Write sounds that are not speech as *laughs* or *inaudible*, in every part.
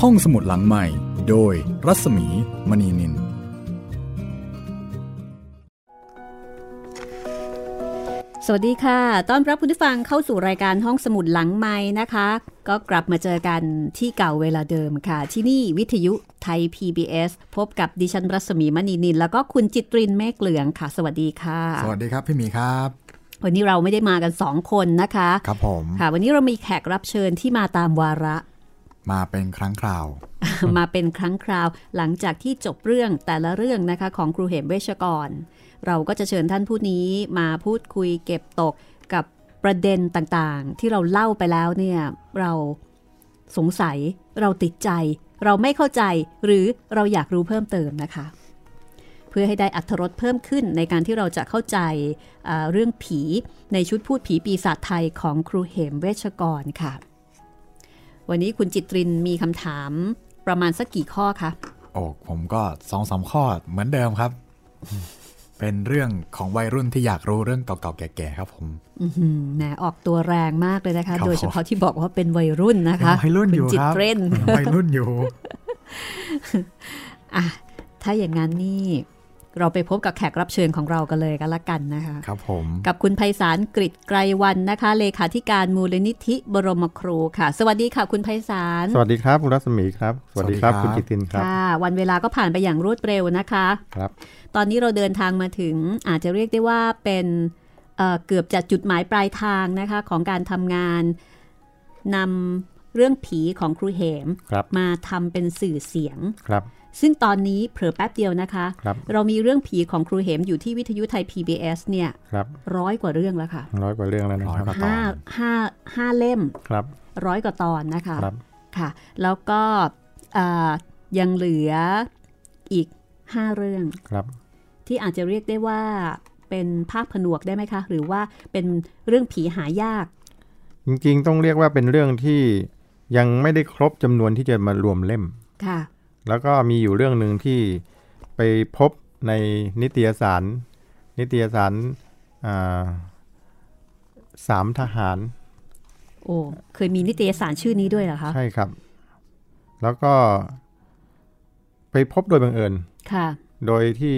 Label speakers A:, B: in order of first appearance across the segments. A: ห้องสมุดหลังใหม่ โดยรัศมีมณีนิน
B: สวัสดีค่ะ ต้อนรับคุณผู้ฟังเข้าสู่รายการห้องสมุดหลังไม้นะคะ ก็กลับมาเจอกันที่เก่าเวลาเดิมค่ะ ที่นี่วิทยุไทย PBS พบกับดิฉันรัศมีมณีนิน แล้วก็คุณจิตรินเมฆเหลืองค่ะ สวัสดีค่ะ
C: สวัสดีครับพี่หมีครับ
B: วันนี้เราไม่ได้มากันสองคนนะคะ
C: ครับผม
B: ค่ะ วันนี้เรามีแขกรับเชิญที่มาตามวาระ
C: มาเป็นครั้งคราว
B: *laughs* มาเป็นครั้งคราว หลังจากที่จบเรื่องแต่ละเรื่องนะคะของครูเหมเวชกร เราก็จะเชิญท่านผู้นี้มาพูดคุยเก็บตกกับประเด็นต่างๆ ที่เราเล่าไปแล้วเนี่ยเราสงสัยเราติดใจ เราไม่เข้าใจหรือเราอยากรู้เพิ่มเติมนะคะ เพื่อให้ได้อัธรสเพิ่มขึ้นในการที่เราจะเข้าใจเอ่อเรื่องผีในชุดพูดผีปีศาจไทยของครูเหมเวชกรค่ะ วันนี้คุณจิตรินมีคำถามประมาณสักกี่ข้อคะ
C: โอ้ผมก็สองสามข้อเหมือนเดิมครับ เป็นเรื่องของวัยรุ่นที่อยากรู้เรื่องเก่าๆแก่ๆครับผม
B: อื้อหือแหมออกตัวแรงมากเลยนะคะ
C: ครับ
B: โดยเฉพาะที่บอกว่าเป็นวัยรุ่นนะคะ
C: วัยรุ่นอยู่
B: คุณจิ
C: ครับ
B: ตเร่น
C: วัยรุ่นอยู่
B: อ่ะถ้าอย่างนั้นนี่ เราไปพบกับแขกรับเชิญของเรากันเลยกันละกันนะคะ
C: ครับผม
B: กับคุณไพศาลกริตไกรวันนะคะ เลขาธิการมูลนิธิบรมครูค่ะ สวัสดีค่ะ คุณไพศาล
D: สวัสดีครับ คุณรัศมีครับ สวัสดีครับ
C: สวัสดีครับ
D: คุณกิตตินครับ
B: ค่ะ วันเวลาก็ผ่านไปอย่างรวดเร็วนะคะ
D: ครับ
B: ตอนนี้เราเดินทางมาถึงอาจจะเรียกได้ว่าเป็นเอ่อเกือบจะจุดหมายปลายทางนะคะของการทำงานนำเรื่องผีของครูเหม
D: ครับ
B: มาทำเป็นสื่อเสียง
D: ครับ
B: ซึ่งตอนนี้เผลอแป๊บเดียวนะคะ
D: ครับ
B: เรามีเรื่องผีของครูเหมอยู่ที่วิทยุไทย PBS เนี่ย
D: ครับ
B: ร้อยกว่าเรื่องแล้วค่ะ
D: ร้อยกว่าเรื่องแล้วนะ
C: ร้อย
D: ค
C: ก
D: รับ
C: ว่าตอ
B: ห้านห้าห้าเล่ม
D: ครับ
B: ร้อยกว่าตอนนะคะ
D: ครับ
B: ค่ะ แล้วก็เอ่อยังเหลืออีก 5 เรื่อง
D: ครับ
B: ที่อาจจะเรียกได้ว่าเป็นภาคผนวกได้ไหมคะ หรือว่าเป็นเรื่องผีหายาก
D: จริงๆ ต้องเรียกว่าเป็นเรื่องที่ยังไม่ได้ครบจำนวนที่จะมารวมเล่ม
B: ค่ะ
D: แล้วก็มีอยู่เรื่องหนึ่งที่ไปพบในนิตยสาร นิตยสารอ่าสามทหาร
B: โอ้เคยมีนิตยสารชื่อนี้ด้วยเหรอคะ
D: ใช่ครับ แล้วก็ไปพบโดยบังเอิญ
B: ค่ะ
D: โดยที่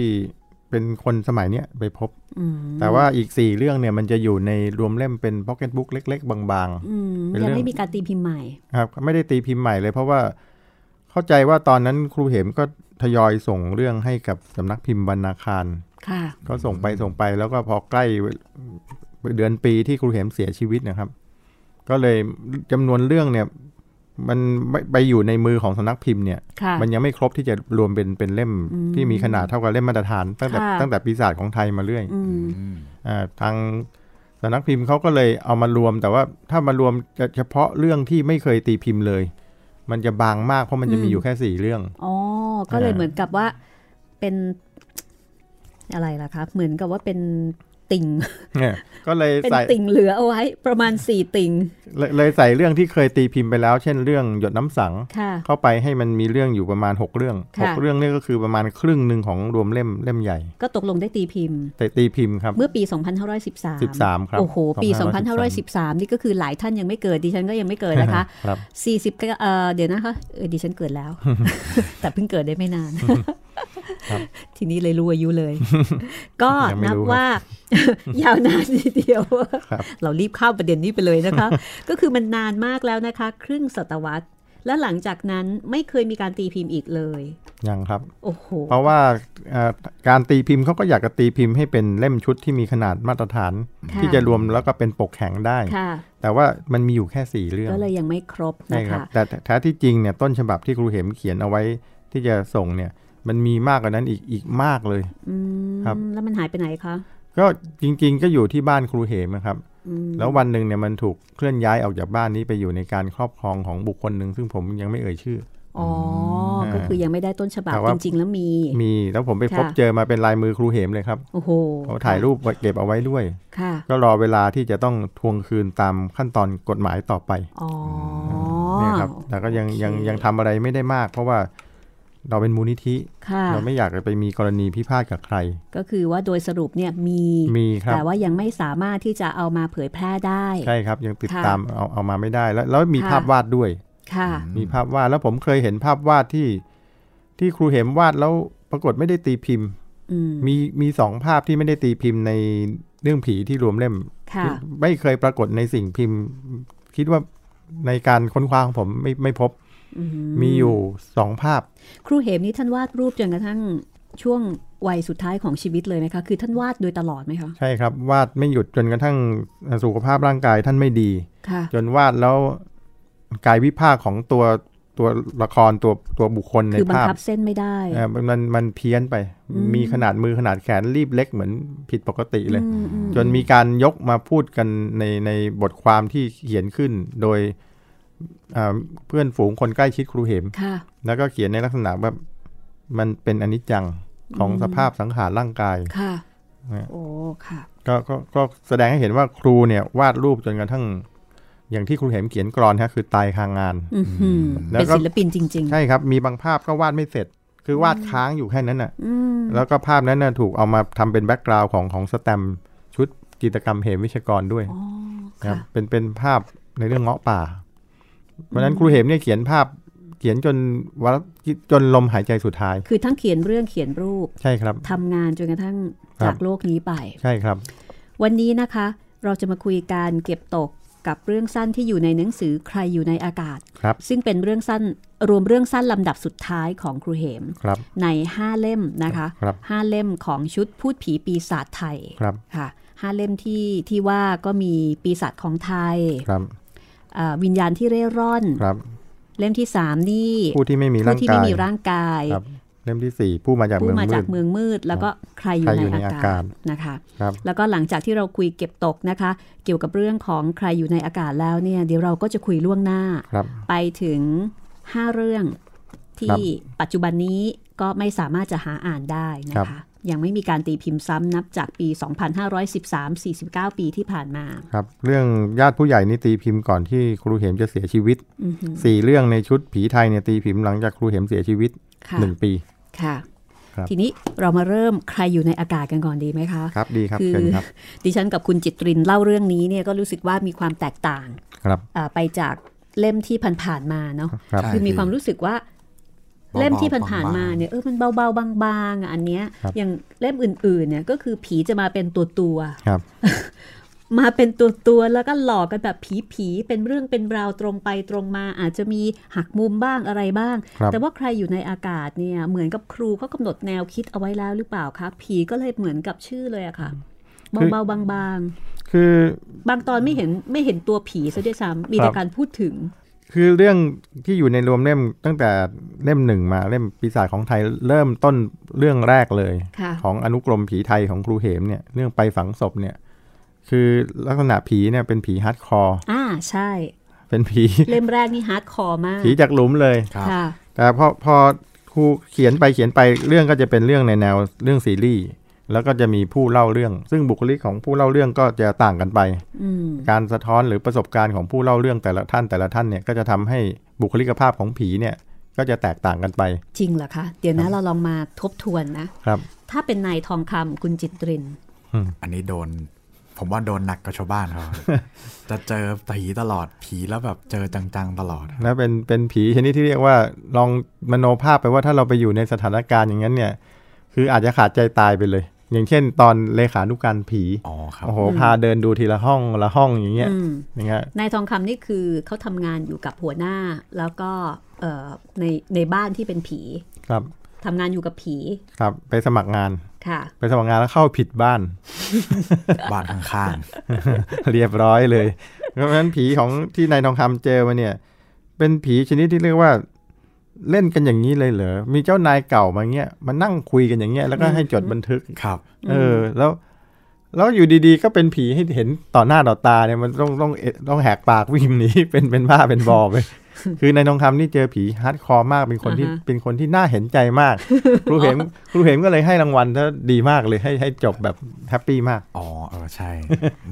D: เป็นคนสมัยเนี้ยไปพบ
B: อืม
D: แต่ว่าอีก 4 เรื่องเนี่ยมันจะอยู่ในรวมเล่มเป็นพ็อกเก็ตบุ๊กเล็ก ๆ บาง
B: อืม
D: เป็น
B: ยั
D: เรื่องง
B: ไม่มีการตีพิมพ์ใหม่
D: ๆครับไม่ได้ตีพิมพ์ใหม่เลยเพราะว่าเข้าใจว่าตอนนั้นครูเหมก็ทยอยส่งเรื่องให้กับสำนักพิมพ์บรรณาคาร
B: ค่ะ
D: ก็ส่งไปส่งไปแล้วก็พอใกล้เดือนปีที่ครูเหมเสียชีวิตเนะครับ ก็เลยจำนวนเรื่องเนี่ยมันไม่ไปอยู่ในมือของสำนักพิมพ์เนี่ย
B: ค่ะ
D: มันยังไม่ครบที่จะรวมเป็นเป็นเล่ม
B: อืม
D: ที่มีขนาดเท่ากับเล่มมาตรฐานตั้งแต่
B: ค่ะ
D: ตั้งแต่ปีศาจของไทยมาเรื่อย
B: อืม
C: อืม
D: อ่าทางสำนักพิมพ์เขาก็เลยเอามารวม แต่ว่าถ้ามารวมจะเฉพาะเรื่องที่ไม่เคยตีพิมพ์เลย มันจะบางมากเพราะมันจะมีอยู่แค่สี่เรื่อง
B: อ๋อ ก็เลย
D: เอ่อ
B: เหมือนกับว่าเป็นอะไรล่ะคะ เหมือนกับว่าเป็นติ่
D: *laughs*
B: ง
D: เนี่ยก็เลย
B: เป็น
D: ใส่
B: ติ่งเหลือเอาไว้ประมาณสี่ติ่ง
D: เลยเลยใส่เรื่องที่เคยตีพิมพ์ไปแล้ว เช่นเรื่องหยดน้ำสัง
B: ค่ะ
D: เข้าไปให้มันมีเรื่องอยู่ประมาณหกเรื่องหก
B: ค่ะ
D: เรื่องนี่ก็คือประมาณครึ่งหนึ่งของรวมเล่มเล่มใหญ่
B: ก็ตกลงได้ตีพิมพ์
D: แต่ตีพิมพ์ครับ
B: เมื่อปี 2513
D: 13 ครับ
B: โอ้โห ปี
D: 2513
B: 2513 นี่ก็คือหลายท่านยังไม่เกิด ดิฉันก็ยังไม่เกิดนะคะ
D: ครับ
B: 40ก็เอ่อเดี๋ยวนะคะเออดิฉันเกิด
D: *laughs*
B: แล้ว แต่เพิ่งเกิดได้ไม่นาน ทีนี้เลยรู้อายุเลย
D: *laughs*
B: ก็
D: ยังไม่
B: นับ
D: รู้
B: ว่า *laughs* ยาวนานทีเดียว
D: ครับ
B: เรารีบข้ามประเด็นนี้ไปเลยนะคะ *laughs* ก็คือมันนานมากแล้วนะคะ ครึ่งศตวรรษ และหลังจากนั้นไม่เคยมีการตีพิมพ์อีกเลย
D: ยังครับ
B: โอ้โห
D: เพราะว่าเอ่อการตีพิมพ์เขาก็อยากจะตีพิมพ์ให้เป็นเล่มชุดที่มีขนาดมาตรฐาน
B: ค่ะ
D: ที่จะรวมแล้วก็เป็นปกแข็งได้
B: ค่ะ
D: แต่ว่ามันมีอยู่แค่สี่เรื่อง
B: ก็เลยยังไม่ครบ
D: ใช่
B: นะ
D: ครั
B: คะ
D: บแต่แต่แท้ที่จริงเนี่ยต้นฉบับที่ครูเหมเขียนเอาไว้ที่จะส่งเนี่ยมันมีมากกว่านั้นอีกอีกมากเลย
B: อืม
D: ครับ
B: แล้วมันหายไปไหนคะ
D: ก็จริง ๆ ก็อยู่ที่บ้านครูเหมนะครับ
B: อืม
D: แล้ววันหนึ่งเนี่ยมันถูกเคลื่อนย้ายออกจากบ้านนี้ไปอยู่ในการครอบครองของบุคคลหนึ่งซึ่งผมยังไม่เอ่ยชื่อ
B: อ๋ออ
D: ม
B: ก็คือยังไม่ได้ต้นฉบับ
D: แต่
B: จ
D: ว่า
B: ริง ๆ แล้วมี
D: มีแล้วผมไปพบ
B: ค่ะ
D: เจอมาเป็นลายมือครูเหมเลยครับ
B: โอ้โห
D: เขาถ่ายรูปไว้เก็บเอาไว้ด้วย
B: ค่ะ
D: ก็รอเวลาที่จะต้องทวงคืนตามขั้นตอนกฎหมายต่อไป
B: อ๋อ
D: เนี่ยครับ แต่ก็ยังยังยังทำอะไรไม่ได้มาก เพราะว่าเราเป็นมูลนิธิ
B: ค่ะ
D: เราไม่อยากจะไปมีกรณีพิพาทกับใคร
B: ก็คือว่าโดยสรุปเนี่ยมี
D: มีครับ
B: แต่ว่ายังไม่สามารถที่จะเอามาเผยแพร่ได้
D: ใช่ครับยังติด
B: ค่ะ
D: ตามเอาเอามาไม่ได้แล้วแล้วมี
B: ค่ะ
D: ภาพวาดด้วย
B: ค่ะ
D: มีภาพวาดแล้วผมเคยเห็นภาพวาดที่ที่ครูเห็มวาดแล้วปรากฏไม่ได้ตีพิมพ์
B: อืม
D: มีมีสองภาพที่ไม่ได้ตีพิมพ์ในเรื่องผีที่รวมเล่ม
B: ค่ะ
D: ไม่เคยปรากฏในสิ่งพิมพ์ คิดว่าในการค้นคว้าของผมไม่ไม่พบมีอยู่สองภาพ
B: ครูเหมนี่ท่านวาดรูปจนกระทั่งช่วงวัยสุดท้ายของชีวิตเลยไหมคะ คือท่านวาดโดยตลอดไหมคะ
D: ใช่ครับ วาดไม่หยุดจนกระทั่งสุขภาพร่างกายท่านไม่ดี
B: ค่ะ
D: จนวาดแล้วกายวิภาคของตัวตัวละครตัวตัวบุคคลใน
B: คือบัง
D: ภาพ
B: คับเส้นไม่ได้
D: เอ่อมันมันมันเพี้ยนไป
B: อืม
D: มีขนาดมือขนาดแขนรีบเล็กเหมือนผิดปกติเลย
B: อืมอื
D: จนมีการยกมาพูดกันในในบทความที่เขียนขึ้นโดยอ่าเพื่อนฝูงคนใกล้ชิดครูเหม
B: ค่ะ
D: แล้วก็เขียนในลักษณะแบบมันเป็นอนิจจังของสภาพสังขารร่างกาย
B: ค่ะ
D: เนี่ย
B: โอ้ ค่ะ
D: กก็ก็แสดงให้เห็นว่าครูเนี่ยวาดรูปจนกระทั่ง อย่างที่ครูเห็มเขียนกรอนฮะคือตายคางงาน
B: อื้อหือ
D: แล้วก็
B: เป็นศิลปินจริง
D: ใช่ครับ มีบางภาพก็วาดไม่เสร็จ คือวาดค้างอยู่แค่นั้นน่ะ
B: ๆ อืม
D: แล้วก็ภาพนั้นน่ะถูกเอามาทำเป็นแบ็กกราวด์ของของสแตมป์ชุดจิตรกรรมเหมวิชกรด้วย
B: อ๋อ
D: ครั
B: ค่ะ
D: บเป็นเป็นภาพในเรื่องเงาะป่าวันนั้นครูเหมเนี่ยเขียนภาพเขียนจนวรจนลมหายใจสุดท้าย
B: คือทั้งเขียนเรื่องเขียนรูป
D: ใช่ครับ
B: ทำงานจนกระทั่ง
D: ครับ
B: จากโลกนี้ไป
D: ใช่ครับ
B: วันนี้นะคะ เราจะมาคุยการเก็บตกกับเรื่องสั้นที่อยู่ในหนังสือใครอยู่ในอากาศ
D: ครับ
B: ซึ่งเป็นเรื่องสั้นรวมเรื่องสั้นลำดับสุดท้ายของครูเหม
D: ครับ
B: ใน 5 เล่มนะคะ
D: ครับ
B: ห้าเล่มของชุดพูดผีปีศาจไทย
D: ครับ
B: ค่ะห้าเล่มที่ที่ว่าก็มีปีศาจของไทย
D: ครับ
B: เอ่อวิญญาณที่เร่ร่อน
D: ครับ
B: เล่มที่ 3 นี่
D: ผู้ที่ไม่มี
B: ผู้
D: ร่าง
B: ที่
D: กา
B: ไม่
D: ย
B: มีร่างกาย
D: ครับเล่มที่สี่ผู้มาจาก
B: ผู้
D: เมือง
B: มา
D: มื
B: จาก
D: ด
B: เมืองมืด แล้วก็ใครอยู่
D: ใคร
B: ใน
D: อยู่ใน
B: อา
D: อากาศ
B: กาศนะคะ
D: ครับ
B: แล้วก็หลังจากที่เราคุยเก็บตกนะคะ เกี่ยวกับเรื่องของใครอยู่ในอากาศแล้วเนี่ยเดี๋ยวเราก็จะคุยล่วงหน้า
D: ครับ
B: ไปถึง 5 เรื่อง
D: ครั
B: ที่
D: บ
B: ปัจจุบันนี้ก็ไม่สามารถจะหาอ่านได้นะ
D: ครั
B: คะ
D: บ
B: ยังไม่มีการตีพิมพ์ซ้ำนับจากปี 2513 49 ปีที่ผ่านมา
D: ครับ เรื่องญาติผู้ใหญ่นี่ตีพิมพ์ก่อนที่ครูเหมจะเสียชีวิต
B: อือหือ
D: สี่เรื่องในชุดผีไทยเนี่ยตีพิมพ์หลังจากครูเหมเสียชีวิต
B: ค่ะ
D: หนึ่งปี
B: ค่ะ
D: ครับ
B: ทีนี้เรามาเริ่มใครอยู่ในอากาศกันก่อนดีไหมคะ
D: ครับดีครับ
B: คือ
D: เชิญครับ
B: ดิฉันกับคุณจิตรินเล่าเรื่องนี้เนี่ยก็รู้สึกว่ามีความแตกต่าง
D: ครับ
B: อ่าไปจากเล่มที่ผ่านๆมาเนาะ
D: ครับ
C: ใช่
B: คือมีความรู้สึกว่า
C: บาๆ
B: *laughs* เล่มที่ผ่าน
C: บง
B: ๆ
C: ๆ
B: มาเนี่ยเออมันเบาๆบางๆอ่ะอันเนี้ย
D: ครับ
B: อย่างเล่มอื่นๆเนี่ยก็คือผีจะมาเป็นตัวตัว
D: ครับ
B: ๆมาเป็นตัวตัวๆแล้วก็หลอกกันแบบผีๆเป็นเรื่องเป็นราวตรงไปตรงมา อาจจะมีหักมุมบ้างอะไรบ้าง
D: ครับ
B: แต่ว่าใครอยู่ในอากาศเนี่ยเหมือนกับครูเขากำหนดแนวคิดเอาไว้แล้วหรือเปล่าคะผีก็เลยเหมือนกับชื่อเลยอะค่ะเบาๆบาง
D: คือ
B: ๆ บางตอนไม่เห็นไม่เห็นตัวผีซะด้วยซ้ำมีแต่การพูดถึง
D: คือเรื่องที่อยู่ในรวมเล่มตั้งแต่เล่มหนึ่งมาเล่มปีศาจของไทยเริ่มต้นเรื่องแรกเลย
B: ค่ะ
D: ของอนุกรมผีไทยของครูเหมเนี่ยเรื่องไปฝังศพเนี่ยคือลักษณะผีเนี่ยเป็นผีฮาร์ดคอร์
B: อ่าใช่
D: เป็นผี
B: *laughs* เล่มแรกนี่ฮาร์ดคอร์มาก
D: ผีจากหลุมเลย
C: ครับ
B: ค่ะ
D: แต่พอพอครูเขียนไปเขียนไปเรื่องก็จะเป็นเรื่องในแนวเรื่องซีรีส์แล้วก็จะมีผู้เล่าเรื่อง ซึ่งบุคลิกของผู้เล่าเรื่องก็จะต่างกันไป
B: อืม
D: การสะท้อนหรือประสบการณ์ของผู้เล่าเรื่องแต่ละท่านแต่ละท่านเนี่ยก็จะทำให้บุคลิกภาพของผีเนี่ยก็จะแตกต่างกันไป
B: จริงเหรอคะ เดี๋ยวนะเราลองมาทบทวนนะ
D: ครับ
B: ถ้าเป็นนายทองคำคุณจิตริน
C: อันนี้โดน ผมว่าโดนหนักกว่าชาวบ้าน
B: *laughs*
C: เขา จะเจอผีตลอดผีแล้วแบบเจอจังๆตลอด
D: แล้วเป็นเป็นผีชนิดที่เรียกว่าลองมโนภาพไปว่าถ้าเราไปอยู่ในสถานการณ์อย่างนั้นเนี่ย คืออาจจะขาดใจตายไปเลย อย่างเช่น ตอนเลขานุการผี
C: อ๋อครับ
D: โอ้โหพาเดินดูทีละห้องละห้องอย่างเงี้ย
B: อืม
D: อย่างเงี้ย
B: นายทองคำนี่คือเขาทำงานอยู่กับหัวหน้า แล้วก็เอ่อในในบ้านที่เป็นผี
D: ครับ
B: ทำงานอยู่กับผี
D: ครับไปสมัครงาน
B: ค่ะ
D: ไปสมัครงานแล้วเข้าผิดบ้าน *laughs*
C: บ้านข้างๆ
D: เรียบร้อยเลย เพราะฉะนั้นผีของที่นายทองคำเจอมาเนี่ย เป็นผีชนิดที่เรียกว่า เล่นกันอย่างนี้เลยเหรอมีเจ้านายเก่ามาเงี้ยมานั่งคุยกันอย่างเงี้ยแล้วก็ให้จดบันทึก
C: ครับ
D: เออ แล้ว แล้วอยู่ดีๆ ก็เป็นผีให้เห็นต่อหน้าต่อตาเนี่ยมันต้องต้องเอ็ดต้องแหกปากวิ่งหนี *laughs* เป็นเป็นบ้าเป็นบอ
B: *laughs*
D: ไป คือในทองคำนี่เจอผีฮาร์ดคอร์มากเป็นคนที่
B: อ่าฮะ
D: เป็นคนที่น่าเห็นใจมาก
B: *laughs*
D: ครูเห็นครูเห็นก็เลยให้รางวัลถ้าดีมากเลยให้ให้จบแบบแฮปปี้มาก
C: อ๋อ เออ
D: *laughs*
C: ใช่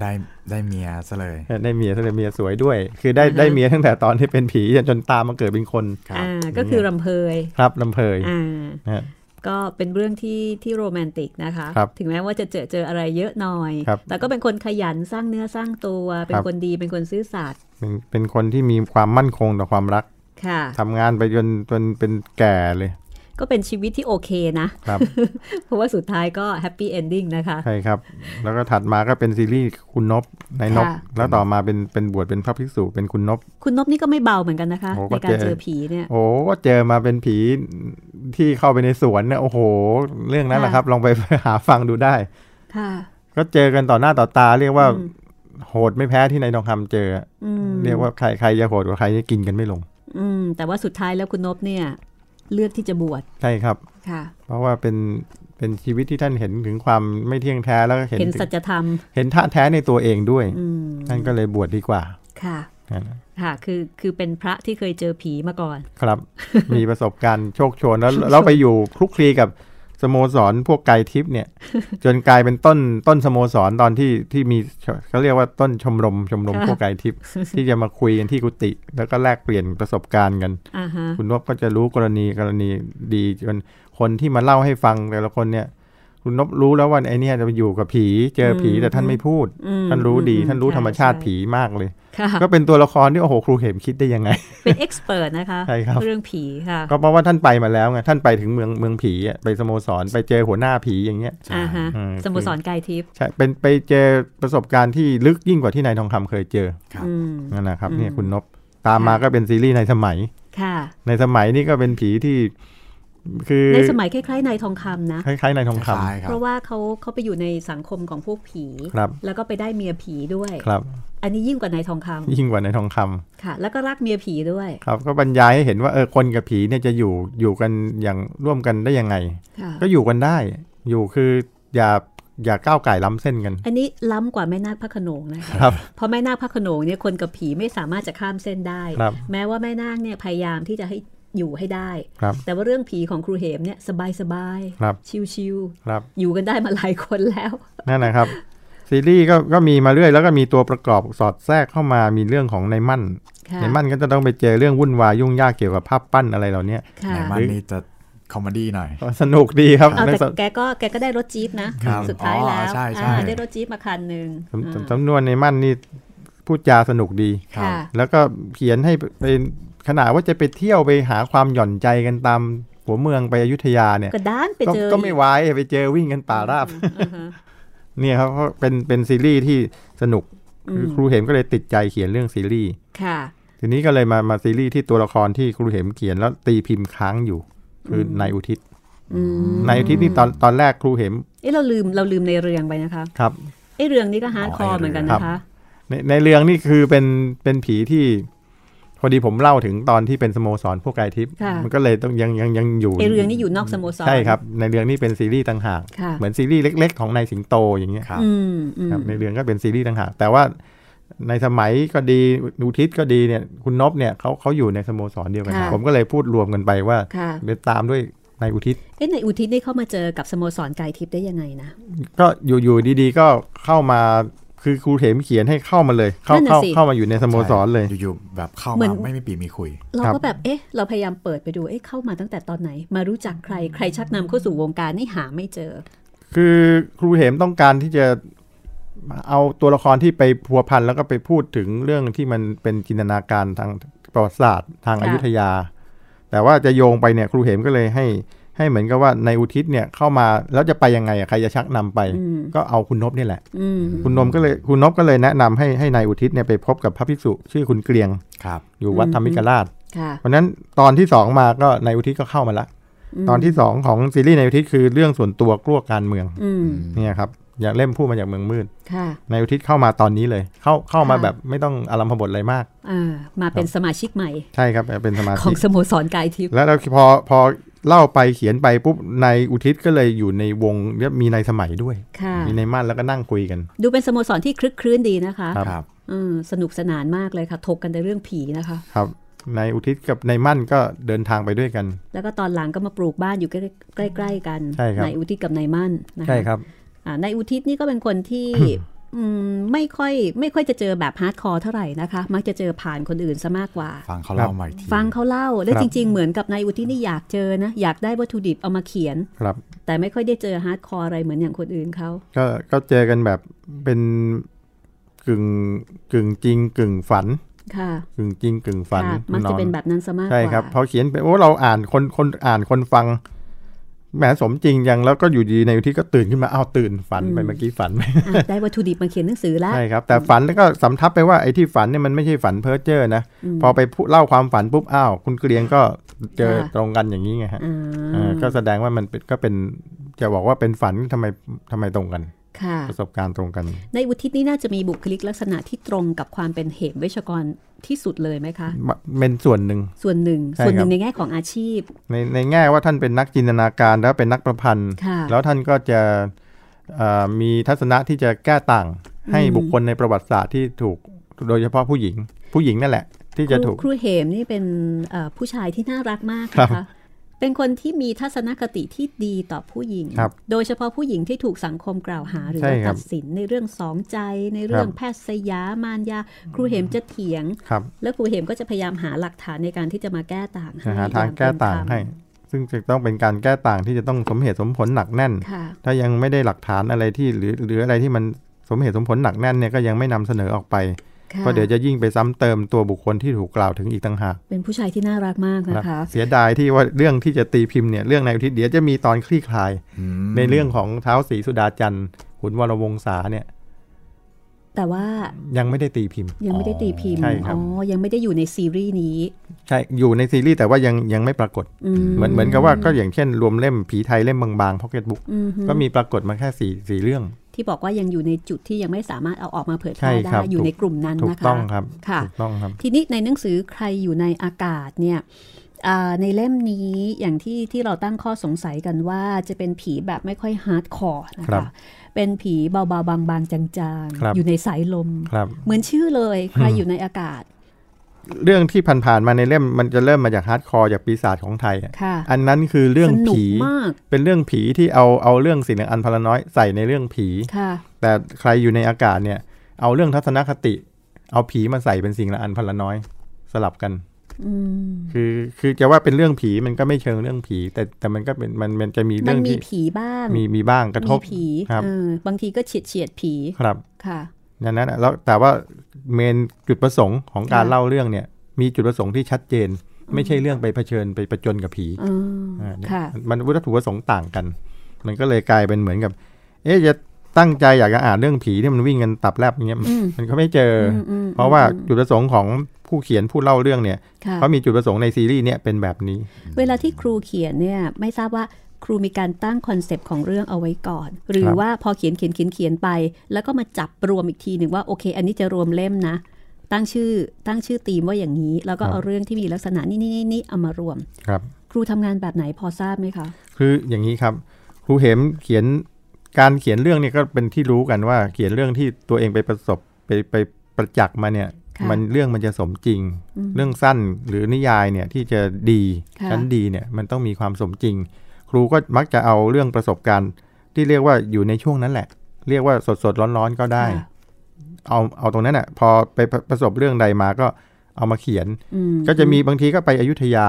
C: ได้ ได้เมียซะเลย
D: ได้เมียซะเลยเมียสวยด้วย คือได้ได้เมียตั้งแต่ตอนที่เป็นผีจนตามมาเกิดเป็นคน
C: ครับ
B: อ่าก็คือรำเพย
D: ครับลำเพย
B: อ่า
D: นะฮะ
B: ก็เป็นเรื่องที่ที่โรแมนติกนะคะ
D: ครับ
B: ถึงแม้ว่าจะเจอเจออะไรเยอะหน่อย
D: ครับ
B: แต่ก็เป็นคนขยันสร้างเนื้อสร้างตัว เป็
D: คน รับ
B: คนดีเป็นคนซื่อสัตย์
D: เป็นเป็นคนที่มีความมั่นคงต่อความรัก
B: ค่ะ
D: ทำงานไปจนจนเป็นแก่เลย
B: ก็เป็นชีวิตที่โอเคนะ
D: ครับ
B: เพราะว่าสุดท้ายก็แฮปปี้เอนดิ้งนะคะ
D: ใช่ครับ แล้วก็ถัดมาก็เป็นซีรีส์คุณนบนายนบ
B: ค่ะ
D: แล้วต่อมาเป็นเป็นบวชเป็นพระภิกษุเป็นคุณนบ
B: คุณนบนี่ก็ไม่เบาเหมือนกันนะคะ
D: โอ้ก็
B: ในการ
D: เจอ
B: เจอผีเนี่ย
D: โอ้ก็เจอมาเป็นผีที่เข้าไปในสวนเนี่ยโอ้โห เรื่องนั้นแหละครับ ลองไป หาฟังดูได้
B: ค่ะ
D: ก็เจอกันต่อหน้าต่อตา เรียกว่า
B: อืม
D: โหดไม่แพ้ที่นายทองคำเจออะ
B: อืม
D: เรียกว่าใครใครจะโหดกว่าใครจะกินกันไม่ลง
B: อืม แต่ว่าสุดท้ายแล้วคุณนบเนี่ย เลือกที่จะบวช
D: ใช่ครับ
B: ค่ะ
D: เพราะว่าเป็นเป็นชีวิตที่ท่านเห็นถึงความไม่เที่ยงแท้แล้วก็เห็น
B: เห็น
D: ถึง
B: สัจธรรม
D: เห็นท่าแท้ในตัวเองด้วย
B: อืม
D: ท่านก็เลยบวชดีกว่า
B: ค่ะ
D: นั่นแหละ
B: ค่ะ คือคือเป็นพระที่เคยเจอผีมาก่อน *laughs*
D: ครับ มีประสบการณ์โชคโชนแล้วแล้วไปอยู่คลุกคลีกับสโมสรพวกไกลทิพย์
B: *laughs*
D: เนี่ย จนกลายเป็นต้นต้นสโมสรตอนที่ที่มีเขาเรียกว่าต้นชมรมชมรม
B: ค่ะ
D: พวกไกล
B: *laughs*
D: ทิพย์ที่จะมาคุยกันที่กุฏิแล้วก็แลกเปลี่ยนประสบการณ์กัน
B: อ่าฮะ
D: คุณนบก็จะรู้กรณีกรณีดีจนคนที่มาเล่าให้ฟังแต่ละคนเนี่ย คุณนบรู้แล้วว่าไอเนี่ยจะไปอยู่กับผีเจอผี
B: อืม
D: แต่ท่านไม่พูด
B: อืม
D: ท่านรู้ดี
B: อื
D: ท่านรู้
B: ใ
D: ธรรมชาติ
B: ใ
D: ผีมากเลย
B: ค่ะ
D: ก็เป็นตัวละครที่โอ้โหครูเข็มคิดได้ยังไง
B: เป็นเอ็กซ์เพรสนะคะ
D: ใช่ครับ
B: เรื่องผีค่ะ
D: ก็เพราะว่าท่านไปมาแล้วไงท่านไปถึงเมืองเมืองผีอะไปสโมสรไปเจอหัวหน้าผีอย่างเงี้ย
B: อ่าฮะ
D: อืม
B: สโมสรกายทิพย์
D: ใช่เป็นไปเจอประสบการณ์ที่ลึกยิ่งกว่าที่นายทองคำเคยเจอ
C: ครับ
B: อืม
D: นั่นนะครับ
B: อืม
D: เนี่ยคุณนบตามมาก็เป็นซีรีส์ในสมัย
B: ค่ะ
D: ในสมัยนี่ก็เป็นผีที่ คือ
B: ในสมัยคล้ายๆนายทองคำนะ
D: คล้ายๆนายทอง
C: คล้ายๆ
D: คำ
C: ครั
B: เพ
C: บ
B: ราะว่าเขาเขาไปอยู่ในสังคมของพวกผี
D: ครับ
B: แล้วก็ไปได้เมียผีด้วย
D: ครับ
B: อันนี้ยิ่งกว่านายทองคำ
D: ยิ่งกว่าในทองคำ
B: ค่ะ แล้วก็รักเมียผีด้วย
D: ครับ ก็บรรยายให้เห็นว่าเออคนกับผีเนี่ยจะอยู่อยู่กันอย่างร่วมกันได้ยังไง
B: ค่ะ
D: ก็อยู่กันได้ อยู่คืออย่าอย่าก้าวไก่ล้ำเส้นกัน
B: อันนี้ล้ำกว่าแม่นาคพระโขนงนะคะ
D: ครับ
B: เพราะแม่นาคพระโขนงเนี่ยคนกับผีไม่สามารถจะข้ามเส้นได้
D: ครับ
B: แม้ว่าแม่นาคเนี่ยพยายามที่จะให้อยู่ให้ได้
D: ครับ
B: แต่ว่าเรื่องผีของครูเหมเนี่ยสบายสบายๆ
D: ครับ
B: ชิว
D: ครับ
B: ๆอยู่กันได้มาหลายคนแล้ว
D: นั่นนะครับ ซีรีส์ก็ก็มีมาเรื่อย แล้วก็มีตัวประกอบสอดแทรกเข้ามามีเรื่องของในมั่น
B: ค่ะ
D: ในมั่นก็จะต้องไปเจอเรื่องวุ่นวายยุ่งยากเกี่ยวกับภาพปั้นอะไรเหล่าเนี้ย
B: ค่ะ
C: ในมันนี่จะคอมเมดี้หน่อย
D: ก็สนุกดีครับ
B: เอา
D: นั
B: แต่
D: กส
B: แกก็แกก็ได้รถจี๊ปนะครับ สุดท้าย
C: อ๋อ
B: แล้ว
C: ใช่ใช่
B: อ่าได้รถจี๊ปมาคันหนึ่ง
D: ำ
B: อ่า
D: สำสำนวนในมั่นนี่พูดจาสนุกดี
B: ค่ะ
D: แล้วก็เขียนให้เป็นขนาดว่าจะไปเที่ยวไปหาความหย่อนใจกันตามหัวเมืองไปอยุธยาเนี่ย
B: ก็ด้านไป
D: ก็
B: เจอ
D: ก็ไม่ไหวไปเจอวิ่งกันป่าราบ
B: อือฮะ
D: เนี่ยครับเพราะเป็นเป็นซีรีส์ที่สนุกคือ
B: ม
D: ครูเห็มก็เลยติดใจเขียนเรื่องซีรีส์
B: ค่ะ
D: ทีนี้ก็เลยมามาซีรีส์ที่ตัวละครที่ครูเห็มเขียนแล้วตีพิมพ์ค้างอยู่ คืออนายอุทิศ
B: อืม
D: นายอุทิศนี่ตอนตอนแรกครูเห็ม
B: เอ้เราลืมเราลืมในเรืองไปนะคะ
D: ครับ
B: ไอ้เรืองนี่ก็ฮาร์ดคอ
C: อ๋
B: ร์
C: อไอ้เรือง
B: เหมือนกันนะคะ
D: ในในเรื่องนี่คือเป็นเป็นผีที่พอดีผมเล่าถึงตอนที่เป็นสโมสรพวกไกรทิพย์
B: ค่ะ
D: มันก็เลยต้องยังยังยังอยู่
B: ไอ้เรืองนี่อยู่นอกสโมสร
D: ใช่ครับ ในเรื่องนี้เป็นซีรีส์ต่างหาก
B: ค่ะ
D: เหมือนซีรีส์เล็ก ๆ ของนายสิงโตอย่างเงี้ย
C: ครับ
B: อืมอืม
D: ครับในเรื่องก็เป็นซีรีส์ต่างหาก แต่ว่าในสมัยก็ดีอุทิศก็ดีเนี่ยคุณนบเนี่ยเขาเขาอยู่ในสโมสรเดียวกัน
B: ค่ะ
D: ผมก็เลยพูดรวมกันไปว่า
B: ค่ะ
D: ไปตามด้วยนายอุทิศ
B: เอ้ในอุทิศนี่เข้ามาเจอกับสโมสรกายทิพย์ได้ยังไงนะ
D: ก็อยู่อยู่ดีๆ ก็เข้ามาคือครูเถมเขียนให้เข้ามาเลย เข้า
B: นั่นน่ะ
D: เข้า
B: สิ
D: เข้ามาอยู่ในสโมสรเลย
C: อยู่ๆแบบเข้า
B: เหมื
C: มา
B: อน
C: ไม่มีปีมีคุย
B: เรา
D: ครับ
B: ก็แบบเอ๊ะ เราพยายามเปิดไปดูเอ๊ะเข้ามาตั้งแต่ตอนไหน มารู้จักใครใครชักนำเข้าสู่วงการนี่หาไม่เจอ
D: คือครูเหมต้องการที่จะเอาตัวละครที่ไปพัวพันแล้วก็ไปพูดถึงเรื่องที่มันเป็นจินตนาการทางประวัติศาสตร์ ทาง
B: ค่ะ
D: อายุทยา แต่ว่าจะโยงไปเนี่ยครูเหมก็เลยให้ให้เหมือนกับว่าในายอุทิศเนี่ยเข้ามาแล้วจะไปยังไงอะใครจะชักนำไป
B: อืม
D: ก็เอาคุณนบนี่แหละ
B: อืม
D: คุณนมก็เลยคุณนบก็เลยแนะนำให้ให้นายอุทิศเนี่ยไปพบกับพระภิกษุ ชื่อคุณเกรียง
C: ครับ
D: อยู่วัดธรรมิกราช
B: ค่ะ
D: เพราะฉะนั้นตอนที่สองมาก็นายอุทิศก็เข้ามาละ
B: ม
D: ตอนที่สองของซีรีส์นายอุทิศคือเรื่องส่วนตัวกลัวการเมือง
B: อืม
D: เนี่ยครับอย่างเล่มพูดมาจากเมืองมืด
B: ค่ะ
D: นายอุทิศเข้ามาตอนนี้เลย เข้าเข้ามา
B: ค่ะ
D: แบบไม่ต้องอารัมพบทอะไรมาก
B: อ่ามาเป็นสมาชิกใหม่
D: ใช่ครับเป็นสมา
B: ของ
D: ชิก
B: สโมสรกายทิพย์
D: แล้วเราพอพอเล่าไปเขียนไปปุ๊บนายอุทิศก็เลยอยู่ในวงเนี่ยมีนายสมัยด้วย
B: ค่ะ
D: มีนายมั่นแล้วก็นั่งคุยกัน
B: ดูเป็นสโมสรที่คลึกคลื้นดีนะคะ
D: ครับ
C: ครับ
B: อืมสนุกสนานมากเลยค่ะ ถกกันในเรื่องผีนะคะ
D: ครับนายอุทิศกับนายมั่นก็เดินทางไปด้วยกัน
B: แล้วก็ตอนหลังก็มาปลูกบ้านอยู่ใกล้ๆใกล้ๆกัน
D: ใช่ครับ
B: นายอุทิศกับนายมั่นนะคะ
D: ใช่ครับ
B: อ่านายอุทิศนี่ก็เป็นคนที่ อืมไม่ค่อยไม่ค่อยจะเจอแบบฮาร์ดคอร์เท่าไหร่นะคะ มักจะเจอผ่านคนอื่นซะมากกว่า
C: ฟังเขา
D: ครั
C: เล่า
D: บ
C: มาอีกที
B: ฟังเขาเล่าและ
D: ครับ
B: จริง ๆ เหมือนกับนายอุทิศนี่อยากเจอนะ อยากได้วัตถุดิบเอามาเขียน
D: ครับ
B: แต่ไม่ค่อยได้เจอฮาร์ดคอร์อะไรเหมือนอย่างคนอื่นเขา
D: ก็ก็เจอกันแบบเป็นกึ่งกึ่งจริงกึ่งฝัน
B: ค่ะ
D: กึ่งจริงกึ่งฝัน
B: ค่ะมักจะเป็น
D: นอน
B: แบบนั้นซะมากกว่า
D: ใช่ครับพอเขียนไปโอ้เราอ่านคนคนอ่านคนฟังแหมสมจริงยังแล้วก็อยู่ดีในที่ก็ตื่นขึ้นมาอ้าวตื่นฝันไปเมื่อกี้ฝันไป
B: อ่ะได้วัตถุดิบมาเขียนหนังสือแล้ว
D: ใช่ *laughs* ครับ แต่ฝันแล้วก็สำทับไปว่าไอ้ที่ฝันเนี่ยมันไม่ใช่ฝันเพ้อเจ้อนะพอไปพูดเล่าความฝันปุ๊บอ้าวคุณเกรียงก็เจอตรงกันอย่างนี้ไงฮะ
B: อ่า
D: เออก็แสดงว่ามันเป็นก็เป็นจะบอกว่าเป็นฝันทำไมทำไมตรงกัน
B: ค่ะ
D: ประสบการณ์ตรงกัน
B: ในอุทิศนี่น่าจะมีบุคลิกลักษณะที่ตรงกับความเป็นเหมเวชกรที่สุดเลยไหมคะ
D: เป็นส่วนหนึ่ง
B: ส่วนหนึ่ง
D: ใช่ครับ
B: ส่วนหนึ่งในแง่ของอาชีพ
D: ในในแง่ว่าท่านเป็นนักจินตนาการแล้วเป็นนักประพันธ์
B: ค่ะ
D: แล้วท่านก็จะเอ่อมีทัศนะที่จะแก้ต่างให้บุคคลในประวัติศาสตร์ที่ถูกโดยเฉพาะผู้หญิง ผู้หญิงนั่นแหละ ที่จะ
B: ครู
D: ถูก
B: ครูเหมนี่เป็นเอ่อผู้ชายที่น่ารักมาก
D: ครับ
B: นะคะเป็นคนที่มีทัศนคติที่ดีต่อผู้หญิง
D: ครับ
B: โดยเฉพาะผู้หญิงที่ถูกสังคมกล่าวหาหรือ
D: ใช่
B: ว่า
D: ครับ
B: ตัดสินในเรื่องสองใจในเรื่อง
D: ครับ
B: แพทย์สยามารยา ครูเหมจะเถียง
D: ครับ
B: แล้วครูเหมก็จะพยายามหาหลักฐานในการที่จะมาแก้ต่างให้
D: หาทาง
B: อย่
D: แก้
B: เป็น
D: ต่าง
B: ธรรม
D: ให้ ซึ่งจะต้องเป็นการแก้ต่างที่จะต้องสมเหตุสมผลหนักแน่น
B: ค่ะ
D: ถ้ายังไม่ได้หลักฐานอะไรที่หรือหรืออะไรที่มันสมเหตุสมผลหนักแน่นเนี่ยก็ยังไม่นำเสนอออกไป
B: ค่ะ
D: เพราะเดี๋ยวจะยิ่งไปซ้ำเติมตัวบุคคลที่ถูกกล่าวถึงอีกต่างหาก
B: เป็นผู้ชายที่น่ารักมากนะคะ
D: เสียดายที่ว่าเรื่องที่จะตีพิมพ์เนี่ยเรื่องในอุทิศเดี๋ยวจะมีตอนคลี่คลาย ในเรื่องของเท้าสีสุดาจันทร์ขุนวรวงศาเนี่ย
B: แต่ว่า
D: ยังไม่ได้ตีพิมพ์
B: ยังไม่ได้ตีพิมพ์
D: ใช่ครับ
B: อ๋อยังไม่ได้อยู่ในซีรีส์นี้
D: ใช่อยู่ในซีรีส์แต่ว่ายังยังไม่ปรากฏ
B: อืม
D: เหมือนเหมือนกับว่าก็อย่างเช่น รวมเล่มผีไทยเล่มบางๆพ็อกเก็ตบุ๊ก
B: อืมฮึ
D: ก็มีปรากฏมาแค่สี่สี่เรื่อง
B: ที่บอกว่ายังอยู่ในจุดที่ยังไม่สามารถเอาออกมาเผยแพร่
D: ใช่
B: ได้
D: ครับ
B: อยู่
D: ถูก
B: ในกลุ่มนั้น
D: ถูก
B: นะคะ
D: ต้องครับ
B: ค่ะ
D: ถูกต้องครับ
B: ทีนี้ในหนังสือใครอยู่ในอากาศเนี่ยอ่าในเล่มนี้อย่างที่ที่เราตั้งข้อสงสัยกันว่าจะเป็นผีแบบไม่ค่อยฮาร์ดคอร์นะ
D: ครั
B: คะ
D: บ
B: เป็นผีเบาๆบางๆจาง
D: ครับ
B: ๆ อยู่ในสายลม
D: ครับ
B: เหมือนชื่อเลยใครอยู่ในอากาศ
D: เรื่องที่ผ่านๆมาในเล่มมันจะเริ่มมาจากฮาร์ดคอร์จากปีศาจของไทยอะ
B: ค่ะ
D: อันนั้นคือเรื่อง
B: สนุก
D: ผี
B: มาก
D: เป็นเรื่องผีที่เอาเอาเรื่องสินอันพลน้อยใส่ในเรื่องผี
B: ค่ะ
D: แต่ใครอยู่ในอากาศเนี่ย เอาเรื่องทัศนคติ เอาผีมาใส่เป็นสิ่งละอันพันละน้อย สลับกัน
B: อืม
D: คือคือจะว่าเป็นเรื่องผีมันก็ไม่เชิงเรื่องผี แต่แต่มันก็เป็นมันมันจะมี
B: มั
D: เรื่
B: น
D: อง
B: มี
D: ที่
B: ผีบ้าง
D: มีมีบ้างกระท
B: มี
D: บ
B: ผี
D: ครับ
B: เออบางทีก็เฉียดเฉียดๆผี
D: ครับ
B: ค่ะ
D: นั่นนะแล้วแต่ว่าเมนจุดประสงค์ของการ
B: ค่ะ
D: เล่าเรื่องเนี่ย มีจุดประสงค์ที่ชัดเจน ไม่ใช่เรื่องไปเผชิญไปประจนกับผี
B: อืม
D: อ่าเนี่ย
B: ค่ะ
D: มันวัตถุประสงค์ต่างกัน มันก็เลยกลายเป็นเหมือนกับ เอ๊ะจะตั้งใจอยากจะอ่านเรื่องผีที่มันวิ่งกันตับแลบอย่างเงี้ย
B: อืม
D: มันก็ไม่เจออ
B: มอืม
D: เพราะว่า
B: อืม
D: จุดประสงค์ของผู้เขียนผู้เล่าเรื่องเนี่ย
B: ค่ะ
D: เขามีจุดประสงค์ในซีรีส์เนี่ยเป็นแบบนี้
B: เวลาที่ครูเขียนเนี่ยไม่ทราบว่าครูมีการตั้งคอนเซปต์ของเรื่องเอาไว้ก่อน หรือ
D: ครับ
B: ว่าพอเขียนเขียนเขียนเขียนไป แล้วก็มาจับรวมอีกทีหนึ่งว่าโอเค อันนี้จะรวมเล่มนะ ตั้งชื่อตั้งชื่อธีมว่าอย่างนี้ แล้วก็เอาเรื่องที่มีลักษณะนี่นี่นี่นี่เอามารวม
D: ครับ
B: ครูทำงานแบบไหนพอทราบไหมคะ
D: คืออย่างนี้ครับครูเหมเขียนการเขียนเรื่องเนี่ยก็เป็นที่รู้กันว่าเขียนเรื่องที่ตัวเองไปประสบไปไปประจักษ์มาเนี่ย
B: ค่ะ
D: มันเรื่องมันจะสมจริง เรื่องสั้นหรือนิยายเนี่ยที่จะดี
B: ค่ะ
D: ชั้นดีเนี่ยมันต้องมีความสมจริง ครูก็มักจะเอาเรื่องประสบการณ์ ที่เรียกว่าอยู่ในช่วงนั้นแหละ เรียกว่าสดสดๆร้อนๆก็ได้
B: ค่ะ
D: เอาเอาตรงนั้นอ่ะพอไปประประสบเรื่องใดมาก็เอามาเขียน
B: อืม
D: ก็จะมีบางทีก็ไปอยุธยา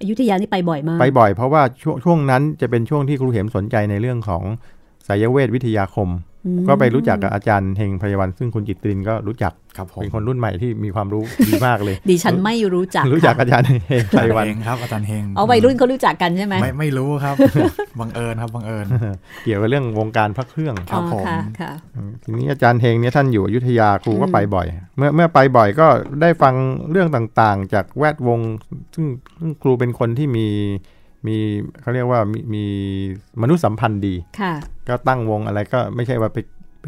B: อยุธยานี่ไปบ่อยมาก
D: ไปบ่อยเพราะว่าช่วงช่วงนั้นจะเป็นช่วงที่ครูเหมสนใจในเรื่องของสายเวทวิทยาคม
B: อืม
D: ก็ไปรู้จักกับอาจารย์เฮงพยาวันซึ่งคุณจิตรินก็รู้จัก
C: ครับผม
D: เป็นคนรุ่นใหม่ที่มีความรู้ ดีมากเลย
B: ดิฉันไม่รู้ *laughs* จัก
D: รู้จัก
B: ค่ะ
D: อาจารย์เฮงพ
C: อาจาร
D: ยาวั
C: ย์
D: น
C: เฮงครับอาจารย์เฮง
B: เอาวัยรุ่นเขารู้จักกันใช่ไหม
C: ไม่ไม่รู้ครับ *laughs* บังเอิญครับบังเอิญ
D: เกี่ยวกับเรื่องวงการพระเครื่อง
C: ครับ
B: อ๋อ
C: ผม
B: ค่ะค่ะ
D: ทีนี้อาจารย์เฮงเนี่ยท่านอยู่อยุธยาครูก็
B: อืม
D: ไปบ่อย เมื่อเมื่อไปบ่อยก็ได้ฟังเรื่องต่างๆ จากแวดวง ซึ่งซึ่งครูเป็นคนที่มีมีเขาเรียกว่ามีมีมนุษยสัมพันธ์ดี
B: ค่ะ
D: ก็ตั้งวงอะไรก็ไม่ใช่ว่าไปไป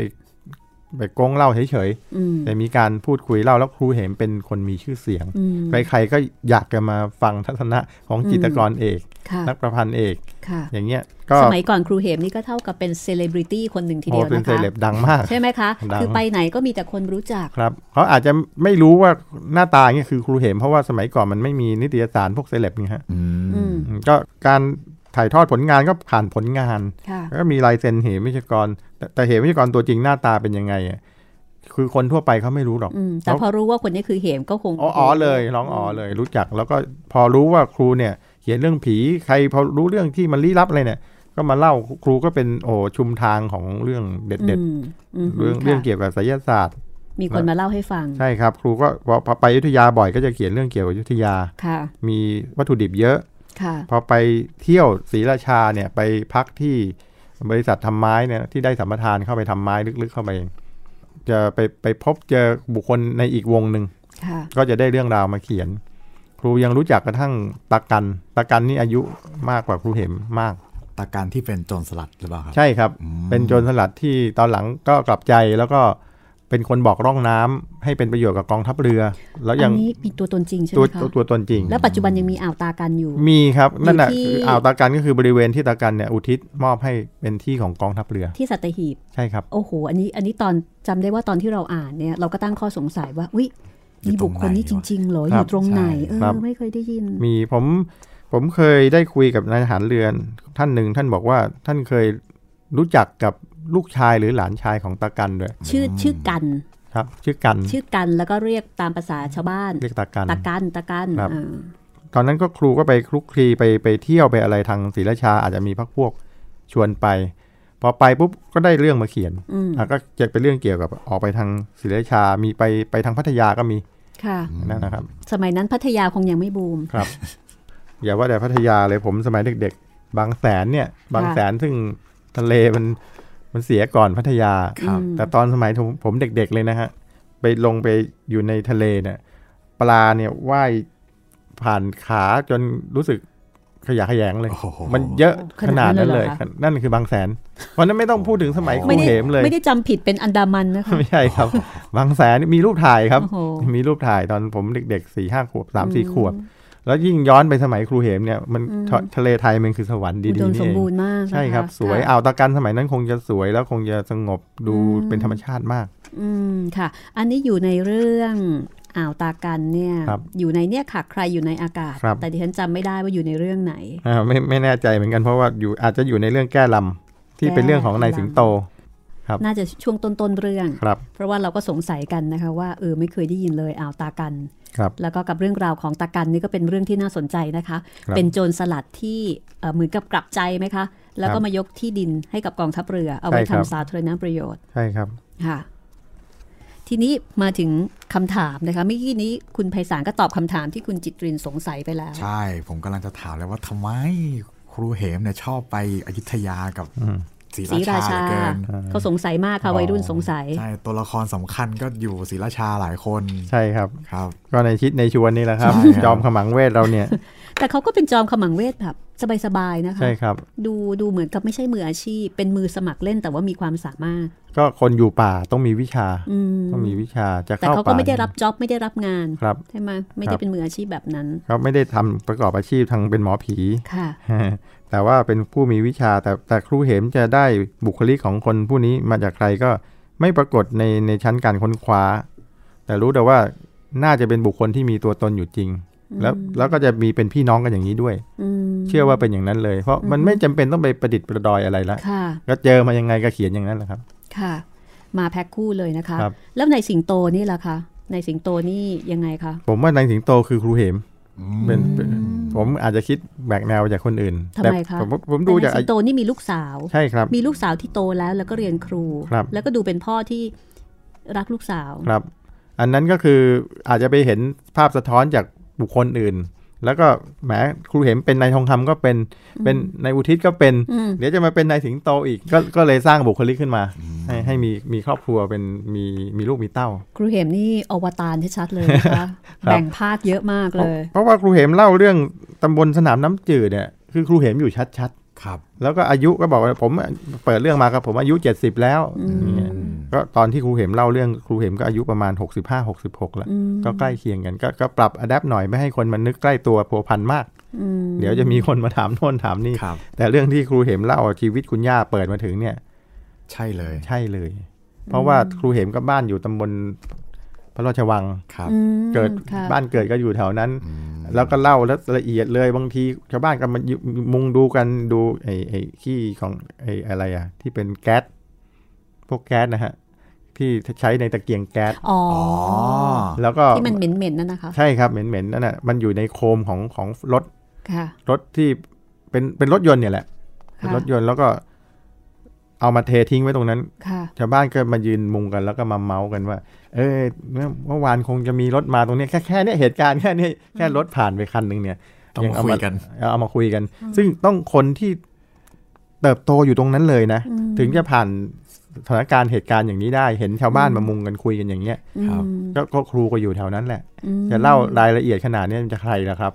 D: ไปโกงเหล่าเฉย
B: อืม
D: ๆแต่มีการพูดคุยเล่าแล้วครูเห็นเป็นคนมีชื่อเสียง
B: อืม
D: ใครๆก็อยากจะมาฟังทัศนะของจิตรกรเอก
B: ค่ะ
D: นักประพันธ์เอก
B: ค่ะ
D: อย่างเงี้ยก็
B: สมัยก่อนครูเหมนี่ก็เท่ากับเป็นเซเลบริตี้คนหนึ่งที
D: โอ้
B: เดียว
D: เป็น
B: นะ
D: เซ
B: คะ
D: เลบดังมาก
B: ใช่ไหมคะ
D: ดัง
B: คือไปไหนก็มีแต่คนรู้จัก
D: ครับเขาอาจจะไม่รู้ว่าหน้าตาเนี่ยคือครูเหมเพราะว่าสมัยก่อนมันไม่มีนิตยสารพวกเซเลบนี่ฮะ
C: อืม
B: อืม
D: อืมก็การถ่ายทอดผลงานก็ผ่านผลงาน
B: ค่ะ
D: แล้วก็มีลายเซ็นเหมวิชกร แต่แต่เหมวิชกรตัวจริงหน้าตาเป็นยังไงอะคือคนทั่วไปเขาไม่รู้หรอก
B: อืมแต่พอรู้ว่าคนนี้คือเหมก็คง
D: อ๋ออ๋อเลยร้องอ๋อเลยรู้จักแล้วก็พอรู้ว่าครูเนี่ย เขียนเรื่องผีใครพอรู้เรื่องที่มันลี้ลับอะไรเนี่ย ก็มาเล่าครูก็เป็นโอชุมทางของเรื่องเด็ด
B: อืมอืม
D: ๆเรื่องเรื่องเกี่ยวกับไสยศาสตร์
B: มีคนมาเล่าให้ฟัง
D: ใช่ครับครูก็พอพอไปอยุธยาบ่อยก็จะเขียนเรื่องเกี่ยวกับอยุธยา
B: ค่ะ
D: มีวัตถุดิบเยอะ
B: ค่ะ
D: พอไปเที่ยวศรีราชาเนี่ยไปพักที่บริษัททำไม้เนี่ยที่ได้สัมปทานเข้าไปทำไม้ลึกๆเข้าไปเองจะไปไปพบเจอบุคคลในอีกวงหนึ่ง
B: ค่ะ
D: ก็จะได้เรื่องราวมาเขียน ครูยังรู้จักกระทั่งตากันตากันนี่อายุมากกว่าครูเห็มมาก
C: ตาการที่เป็นโจรสลัดหรือเปล่าครับ
D: ใช่ครับ
C: อืม
D: เป็นโจรสลัดที่ตอนหลังก็กลับใจแล้วก็เป็นคนบอกร่องน้ำให้เป็นประโยชน์กับกองทัพเรือ แล้ว
B: อั
D: ยัง
B: นนี้มีตัวตนจริงใช่ไห
D: ตัว
B: มคะ
D: ตัวตัวตนจริง
B: แล้วปัจจุบันยังมีอ่าวตากันอยู่
D: มีครับ นั่นแหละ
B: อยู่ที่
D: คืออ่าวตากันก็คือบริเวณที่ตากันเนี่ยอุทิศมอบให้เป็นที่ของกองทัพเรือ
B: ที่สัตหีบ
D: ใช่ครับ
B: โอ้โห อันนี้ อันนี้ตอนจำได้ว่าตอนที่เราอ่านเนี่ย เราก็ตั้งข้อสงสัยว่า อุ๊ย มีบุคคลนี้จริง ๆ เหรอ
D: ค
B: อ
D: รับ
B: ยู่ตรงไหน เออ
D: ครับ
B: ไม่เคยได้ยิน
D: มีผมผมเคยได้คุยกับนายทหารเรือท่านหนึ่งท่านบอกว่าท่านเคยรู้จักกับลูกชายหรือหลานชายของตากันด้วย
B: ชื่อ ชื่อกัน
D: ครับ ชื่อกัน
B: ชื่อกัน แล้วก็เรียกตามภาษาชาวบ้าน
D: เรียกตากัน
B: ตะกัน ตะกัน
D: ครับ
B: อ่า
D: ตอนนั้นก็ครูก็ไปคลุกคลีไปไปเที่ยวไปอะไรทางศรีราชาอาจจะมีพักพวกชวนไป พอไปปุ๊บก็ได้เรื่องมาเขียน
B: อืม
D: อ่ะก็จะเป็นเรื่องเกี่ยวกับออกไปทางศรีราชา มีไปไปทางพัทยาก็มี
B: ค่ะ
D: นั่นนะครับ
B: สมัยนั้นพัทยาคงยังไม่บูม
D: ครับ อย่าว่าแต่พัทยาเลยผมสมัยเด็กๆ บางแสนเนี่ย บางแสนซึ่งทะเลมันมันเสียก่อนพัทยา
B: ครับอืม
D: แต่ตอนสมัยผมผมเด็กๆเลยนะฮะ ไปลงไปอยู่ในทะเลเนี่ยปลาเนี่ยว่ายผ่านขาจนรู้สึกขยะแขยงเลย
C: โอ้โห
D: มันเยอะขนาดนั้นเล
B: ขนาดนั้นเลย
D: ย
B: เหรอคะ
D: นั่นคือบางแสน เพราะนั้นไม่ต้องพูดถึงสมัยกรุ
B: ไม่
D: ง
B: ได้
D: เทพเลย
B: ไม่ได้จำผิดเป็นอันดามันนะคะ
D: ไม่ใช่ครับ บางแสนนี่มีรูปถ่ายครับ
B: โอ้โห
D: มีรูปถ่ายตอนผมเด็กๆสี่ห้าขวบสามสี่ขวบ แล้วยิ่งย้อนไปสมัยครูเหมเนี่ยมันทะทะเลไทยมันคือสวรรค์
B: อุ
D: ดี
B: ดม
D: ๆนี่
B: สม
D: เอง
B: บูรณ์มากนะะ
D: ใช่ครับ สวย
B: ค่ะ
D: อ่าวตะกันสมัยนั้นคงจะสวยแล้วคงจะสงบดูเป็นธรรมชาติมาก
B: อืม ค่ะ อันนี้อยู่ในเรื่องอ่าวตากันเนี่ย
D: ครับ
B: อยู่ในเนี่ยค่ะ ใครอยู่ในอากาศ
D: ครับ
B: แต่ดิฉันจำไม่ได้ว่าอยู่ในเรื่องไหน
D: อ่าไม่ไม่แน่ใจเหมือนกันเพราะว่าอยู่อาจจะอยู่ในเรื่องแก้ลำที่เป็นเรื่องของนายสิงโต ครับ
B: น่าจะช่วงต้นๆเรื่อง
D: ครับ
B: เพราะว่าเราก็สงสัยกันนะคะว่าเออไม่เคยได้ยินเลยอ่าวตากัน
D: ครับ
B: แล้วก็กับเรื่องราวของตากันนี่ก็เป็นเรื่องที่น่าสนใจนะคะ
D: ครับ
B: เป็นโจรสลัดที่เอ่อเหมือนกับกลับใจไหมคะ แล้วก็
D: ครับ
B: มายกที่ดินให้กับกองทัพเรือ เอาไว้
D: ใช่ครับ
B: ทำสาธารณประโยชน์
D: ใช่ครับ
B: ค่ะ ทีนี้มาถึงคำถามนะคะเมื่อกี้นี้คุณไพศาลก็ตอบคำถามที่คุณจิตรินสงสัยไปแล้ว
C: ใช่ ผมกำลังจะถามเลยว่าทำไมครูเหมเนี่ยชอบไปอยุธยากับศรี
B: ศรีรา
C: ราชาเห
B: ชา
C: ลือเกิน
B: เขาสงสัยมากค่ะวัยรุ่นสงสัย
C: ใช่ ตัวละครสำคัญก็อยู่ศรีราชาหลายคน
D: ใช่ครับ
C: ครับ
D: ก็ในชิดในชวนนี่แหละครับ
C: ใช่ครับ
D: จอมขมังเวทเรา
B: *laughs*
D: เนี่ย
B: แต่เขาก็เป็นจอมขมังเวทแบบสบายๆนะคะ
D: ใช่ครับ
B: ดูดูเหมือนกับไม่ใช่มืออาชีพ เป็นมือสมัครเล่นแต่ว่ามีความสามารถ
D: ก็คนอยู่ป่าต้องมีวิชา
B: อืม
D: ต้องมีวิชาจะ
B: แต่
D: เข้า
B: เขาก็
D: ป่า
B: ไม่ได้รับจ็อบไม่ได้รับงาน
D: ครับ
B: ใช่ไหมไม่ได้เป็นมืออาชีพแบบนั้น
D: เขาไม่ได้ทำประกอบอาชีพทางเป็นหมอผี
B: ค่ะ
D: *laughs* แต่ว่าเป็นผู้มีวิชาแต่แต่ครูเหมจะได้บุคลิกของคนผู้นี้มาจากใครก็ไม่ปรากฏในในชั้นการค้นคว้า แต่รู้แต่ว่าน่าจะเป็นบุคคลที่มีตัวตนอยู่จริง แล้วแล้วก็จะมีเป็นพี่น้องกันอย่างนี้ด้วย
B: อืม
D: เชื่อว่าเป็นอย่างนั้นเลย เพราะมันไม่จำเป็นต้องไปประดิษฐ์ประดอยอะไรละ
B: ค่ะ
D: ก็เจอมายังไงก็เขียนอย่างนั้นแหละครับ
B: ค่ะ มาแพ็คคู่เลยนะคะ
D: ครับ
B: แล้วในสิงโตนี่ล่ะคะในสิงโตนี่ยังไงคะ
D: ผมว่านายสิงโตคือครูเหมเป็นเป็นผมอาจจะคิดแบกแนวจากคนอื่น
B: ทำ
D: แต่
B: ไมคะ
D: ผมผมดู
B: แต่
D: จาก
B: ในสิงโตนี่มีลูกสาว
D: ใช่ครับ
B: มีลูกสาวที่โตแล้วแล้วก็เรียนครู
D: ครับ
B: แล้วก็ดูเป็นพ่อที่รักลูกสาว
D: ครับ อันนั้นก็คืออาจจะไปเห็นภาพสะท้อนจากบุคคลอื่น แล้วก็แหมครูเห็นเป็นนายทองคำก็เป็น เป็นนายอุทิศก็เป็น
B: อืม
D: เดี๋ยวจะมาเป็นนายสิงโตอีก ก็ก็เลยสร้างบุคลิกขึ้นมา ให้ให้มีมีครอบครัวเป็นมีมีลูกมีเต้า
B: ครูเหมนี่อวตารชัดๆเลยนะคะแบ่งภาคเยอะมากเลย
D: เพราะว่าครูเหมเล่าเรื่องตำบลสนามน้ำจืดเนี่ยคือครูเหมอยู่ชัด
C: ครับ
D: ๆ แล้วก็อายุก็บอกว่าผมเปิดเรื่องมาครับผมอายุ 70 แล้วอย่างเงี้ยก็ตอนที่ครูเหมเล่าเรื่องครูเหมก็อายุประมาณ 65-66แล้ว
B: อืม
D: ก็ใกล้เคียงกันก็ก็ปรับอัดแอปหน่อยไม่ให้คนมันนึกใกล้ตัวพัวพันมาก
B: อืม
D: เดี๋ยวจะมีคนมาถามโน่นถามนี่
C: ครับ
D: แต่เรื่องที่ครูเหมเล่าชีวิตคุณย่าเปิดมาถึงเนี่ย
C: ใช่เลย
D: ใช่เลย เพราะว่าครูเหมก็บ้านอยู่ตำบลพระราชวัง
C: ครับ
B: อืม
D: เกิด
B: ค่ะ
D: บ้านเกิดก็อยู่แถวนั้น แล้วก็เล่าแล้วละเอียดเลยบางทีชาวบ้านก็มามุงดูกันดูไอ้ไอ้ขี้ของไอ้อะไรอะที่เป็นแก๊สพวกแก๊สนะฮะที่ใช้ในตะเกียงแก๊ส
B: อ๋อ
C: อ๋อ
D: แล้วก็
B: ที่มันเหม็นๆนั่นนะคะ
D: ใช่ครับ เหม็นๆนั่นน่ะมันอยู่ในโคมของของรถ
B: ค่ะ
D: รถที่เป็นเป็นรถยนต์เนี่ยแหละเป็น
B: ค่ะ
D: รถยนต์แล้วก็ เอามาเททิ้งไว้ตรงนั้น
B: ค่ะ
D: ชาวบ้านก็มายืนมุงกันแล้วก็มาเมาส์กันว่า เออเมื่อเมื่อวานคงจะมีรถมาตรงเนี้ยแค่แค่เนี้ยเหตุการณ์แค่เนี้ยแค่รถผ่านไปคันหนึ่งเนี่ย
C: ต้อง
D: ยัง
C: มา
D: เ
C: คุยกัน
D: เอาเอามาคุยกัน ซึ่งต้องคนที่เติบโตอยู่ตรงนั้นเลยนะ
B: อืม
D: ถึงจะผ่านสถานการณ์เหตุการณ์อย่างนี้ได้ เห็นชาวบ้านมามุงกันคุยกันอย่างเงี้ย
C: ครับ
B: อืม
D: ก็ก็ครูก็อยู่แถวนั้นแหละ
B: อืม
D: จะเล่ารายละเอียดขนาดเนี้ยมันจะใครล่ะครับ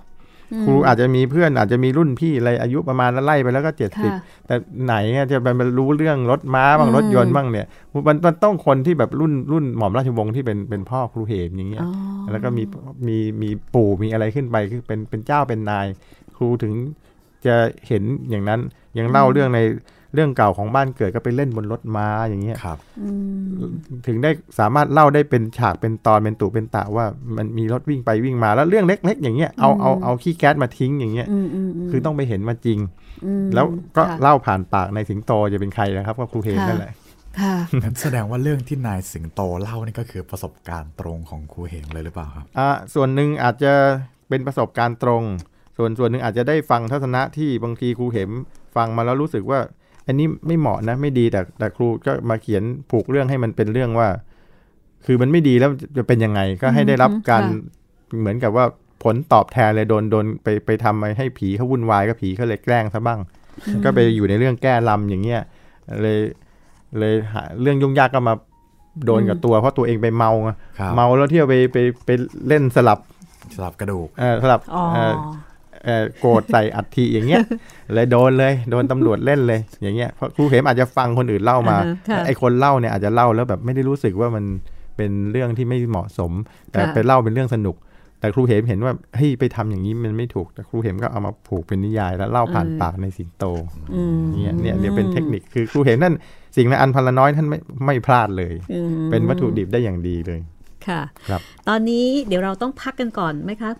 B: อืม
D: ครูอาจจะมีเพื่อนอาจจะมีรุ่นพี่อะไรอายุประมาณแล้วไล่ไปแล้วก็เจ็ดสิบ
B: ค่ะ
D: แต่ไหนอะจะมันรู้เรื่องรถม้าบ้าง
B: อืม
D: รถยนต์บ้างเนี่ยมันมันต้องคนที่แบบรุ่นรุ่นหม่อมราชวงศ์ที่เป็นเป็นพ่อครูเหมอย่างเงี้ย
B: อ๋อ
D: แล้วก็มีมีมีปู่มีอะไรขึ้นไปคือเป็นเป็นเจ้าเป็นนาย ครูถึงจะเห็นอย่างนั้นยังเล่าเรื่องในเรื่องเก่าของบ้านเกิดก็ไปเล่นบนรถม้าอย่างเงี้ย
C: ครับ
B: อืม
D: ถึงได้สามารถเล่าได้เป็นฉากเป็นตอนเป็นตุเป็นตะว่ามันมีรถวิ่งไปวิ่งมาแล้วเรื่องเล็ก ๆ อย่างเงี้ยเอาเอาเอาขี้แก๊สมาทิ้งอย่างเงี้ย
B: อืมมม
D: คือต้องไปเห็นมาจริง
B: อืม
D: แล้วก็
B: ค่ะ
D: เล่าผ่านปากในสิงโตจะเป็นใครนะครับ ก็ครูเพน
B: ค่ะ
D: นั่นแหละ
B: ค่ะ
C: งั้นแสดงว่าเรื่องที่นายสิงโตเล่านี่ก็คือประสบการณ์ตรงของครูเหมเลยหรือเปล่าครับ
D: อ่าส่วนหนึ่งอาจจะเป็นประสบการณ์ตรง ส่วนส่วนหนึ่งอาจจะได้ฟังทัศนะที่บางทีครูเห็มฟังมาแล้วรู้สึกว่า อันนี้ไม่เหมาะนะไม่ดีแต่แต่ครูก็มาเขียนผูกเรื่องให้มันเป็นเรื่องว่า คือมันไม่ดีแล้วจะเป็นยังไงก็ให้ได้รับ
B: อืม
D: การ
B: ค่ะ
D: เหมือนกับว่าผลตอบแทนเลยโดนโดนไปไปทำให้ผีเขาวุ่นวายก็ผีเขาเลยแกล้งซะบ้าง ก็ไปอยู่ในเรื่องแก้ลำอย่างเงี้ยเลยเลยหาเรื่องยุ่งยากก็มาโดนกับตัว เพราะตัวเองไปเมาไง
C: ครับ
D: เมาแล้วเที่ยวไปไปไปเล่นสลับ
C: สลับกระดูก
D: เอ่อสลับ
B: อ๋อ
D: เอ่อเอ่อโกรธใส่อัฐิอย่างเงี้ย *laughs* เลยโดนเลยโดนตำรวจเล่นเลยอย่างเงี้ยเพราะครูเข็มอาจจะฟังคนอื่นเล่ามา
B: อ่าฮะค่ะ
D: ไอคนเล่าเนี่ยอาจจะเล่าแล้วแบบไม่ได้รู้สึกว่ามันเป็นเรื่องที่ไม่เหมาะสม แต่
B: ค่ะ
D: ไปเล่าเป็นเรื่องสนุก แต่ครูเห็มเห็นว่าเฮ้ยไปทำอย่างนี้มันไม่ถูกแต่ครูเห็มก็เอามาผูกเป็นนิยาย แล้วเล่าผ่านปากในสิงโต
B: อืม
D: เนี่ยเนี่ยเดี๋ยวเป็นเทคนิคคือครูเห็นนั่นสิ่งละอันพันละน้อยท่านไม่ไม่พลาดเลย
B: อืม
D: เป็นวัตถุดิบได้อย่างดีเลย
B: ค่ะ
D: ครับ
B: ตอนนี้เดี๋ยวเราต้องพักกันก่อนไหมครับ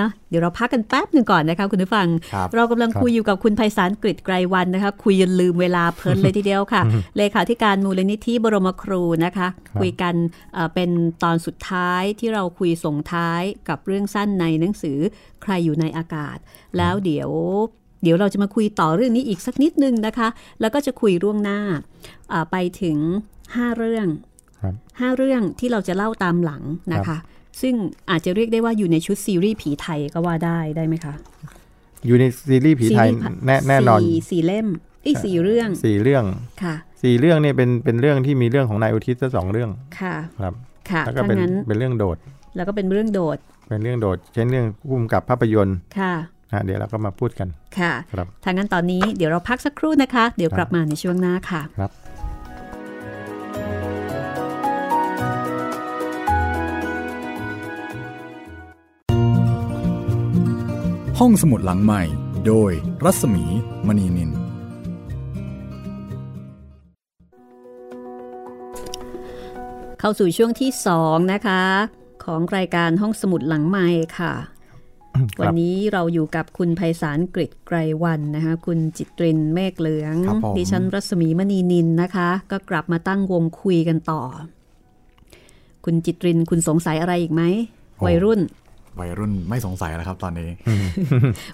B: นะเดี๋ยวเราพักกันแป๊บหนึ่งก่อนนะคะคุณผู้ฟัง
C: ครับ
B: เรากำลังคุยอยู่กับคุณไพศาลกฤษไกรวันนะคะ คุยจนลืมเวลาเพลินเลยทีเดียวค่ะ *laughs* เลขาธิการมูลนิธิบรมครูนะคะ คุยกันเอ่อเป็นตอนสุดท้ายที่เราคุยส่งท้ายกับเรื่องสั้นในหนังสือใครอยู่ในอากาศ แล้วเดี๋ยว เดี๋ยวเราจะมาคุยต่อเรื่องนี้อีกสักนิดนึงนะคะ แล้วก็จะคุยร่วงหน้าอ่าไปถึง 5 เรื่อง
D: ครับ
B: ห้าเรื่องที่เราจะเล่าตามหลังนะคะ ซึ่งอาจจะเรียกได้ว่าอยู่ในชุดซีรีส์ผีไทยก็ว่าได้ได้ไหมคะ
D: อยู่ในซีรีส์ผีไทย
B: ซีรีส์ผี
D: แน่แน่นอน
B: สี่สี่เล่มอีกสี่เรื่อง
D: สี่เรื่อง
B: ค่ะ
D: สี่เรื่องเนี่ยเป็นเป็นเรื่องที่มีเรื่องของนายอุทิศซะสองเรื่อง
B: ค่ะ
D: ครับ
B: ค่ะ
D: แล้วก็
B: ทั้
D: เป็น
B: งนั้น
D: เป็นเรื่องโดด
B: แล้วก็เป็นเรื่องโดด
D: เป็นเรื่องโดด เช่นเรื่องพุ่มกับภาพยนตร์
B: ค่ะ
D: นะเดี๋ยวเราก็มาพูดกัน
B: ค่ะ
D: ครับ
B: ทางนั้นตอนนี้เดี๋ยวเราพักสักครู่นะคะ เดี๋ยวกลับมาในช่วงหน้าค่ะ
A: ห้องสมุดหลังใหม่ โดยรัศมีมณีนิน
B: เข้าสู่ช่วงที่สองนะคะ ของรายการห้องสมุดหลังไม้ค่ะ
D: ครับ
B: วันนี้เราอยู่กับคุณไพศาลกฤษไกรวันนะคะ คุณจิตรินเมฆเหลือง
C: ครับผม
B: ดิฉันรัศมีมณีนินนะคะ ก็กลับมาตั้งวงคุยกันต่อ คุณจิตรินคุณสงสัยอะไรอีกไหมวัยรุ่น
C: วัยรุ่นไม่สงสัยแล้วครับตอนนี้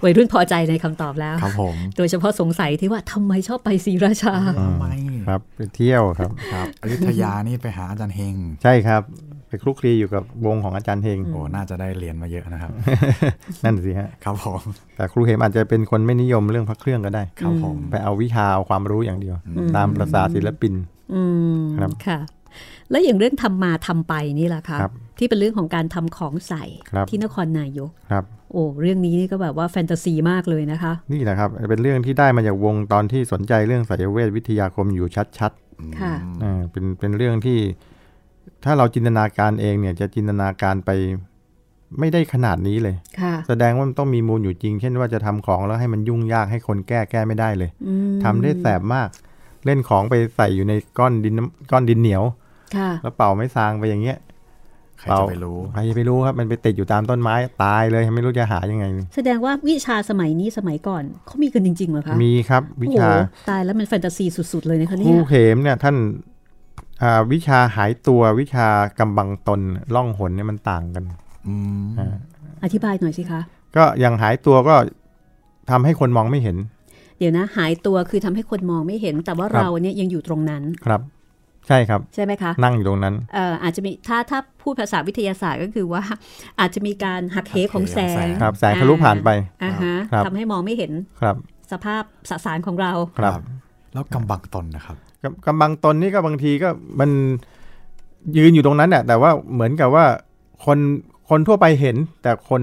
B: วัยรุ่นพอใจในคำตอบแล้ว
C: ครับผม
B: โดยเฉพาะสงสัยที่ว่าทำไมชอบไปศรีราชา
C: ทำไม
D: ครับไปเที่ยวครับ
C: ครับอยุธยานี่ไปหาอาจารย์เฮง
D: ใช่ครับ ไปคลุกคลีอยู่กับวงของอาจารย์เฮง
C: โอ้ น่าจะได้เรียนมาเยอะนะครับ
D: นั่นสิฮะ
C: ครับผม
D: แต่ครูเห็มอาจจะเป็นคนไม่นิยมเรื่องพระเครื่องก็ได้
C: ครับผม
D: ไปเอาวิชาเอาความรู้อย่างเดียว
B: อืม
D: ตามประสาศิลปิน
B: อืม
D: ครับ
B: ค่ะ แล้วอย่างเรื่องทำมาทำไปนี่ล่ะคะ
D: ครับ
B: ที่เป็นเรื่องของการทำของใส่
D: ครับ
B: ที่นครนายก
D: ครับ
B: โอ้เรื่องนี้นี่ก็แบบว่าแฟนตาซีมากเลยนะคะ
D: นี่แหละครับ เป็นเรื่องที่ได้มาจากวงตอนที่สนใจเรื่องสายเวทวิทยาคมอยู่ชัด
B: ค่ะ
D: ๆอ่าเป็นเป็นเรื่องที่ ถ้าเราจินตนาการเองเนี่ยจะจินตนาการไปไม่ได้ขนาดนี้เลย
B: ค่ะ
D: แสดงว่ามันต้องมีมูลอยู่จริง เช่นว่าจะทำของแล้วให้มันยุ่งยากให้คนแก้แก้ไม่ได้เลย
B: อืม
D: ทำได้แสบมาก เล่นของไปใส่อยู่ในก้อนดินน้ำก้อนดินเหนียว
B: ค่ะ
D: แล้วเป่าไม้ซางไปอย่างเงี้ย
C: ใครจะไปรู้
D: ใครจะไปรู้ครับมันไปติดอยู่ตามต้นไม้ตายเลยไม่รู้จะหายังไงเลย
B: แสดงว่าวิชาสมัยนี้สมัยก่อนเขามีกันจริงๆเหรอคะ
D: มีครับวิชา
B: โอ้โหตายแล้วมันแฟนตาซีสุด ๆ เลยนะคะ
D: ครู
B: เนี่ย
D: เขมเนี่ยท่านอ่าวิชาหายตัววิชากำบังตนล่องหนเนี่ยมันต่างกัน
C: อืม
B: อธิบายหน่อยสิคะ
D: ก็อย่างหายตัวก็ทำให้คนมองไม่เห็น
B: เดี๋ยวนะ หายตัวคือทำให้คนมองไม่เห็น แต่ว่า
D: ครับ
B: เราเนี่ยยังอยู่ตรงนั้น
D: ครับ ใช่ครับ
B: ใช่ไหมคะ
D: นั่งอยู่ตรงนั้น
B: เอ่ออาจจะมีถ้าถ้าพูดภาษาวิทยาศาสตร์ก็คือว่า อาจจะมีการหักเหของแสง
D: ครับแสงทะลุผ่านไป
B: อ่าฮะ
D: ครับ
B: ทำให้มองไม่เห็น
D: ครับ
B: สภาพสสารของเรา
D: ครับ
C: แล้วกำบังตนนะครับ
D: กำกำบังตนนี่ก็บางทีก็มันยืนอยู่ตรงนั้นเนี่ยแต่ว่าเหมือนกับว่าคนคนทั่วไปเห็น แต่คน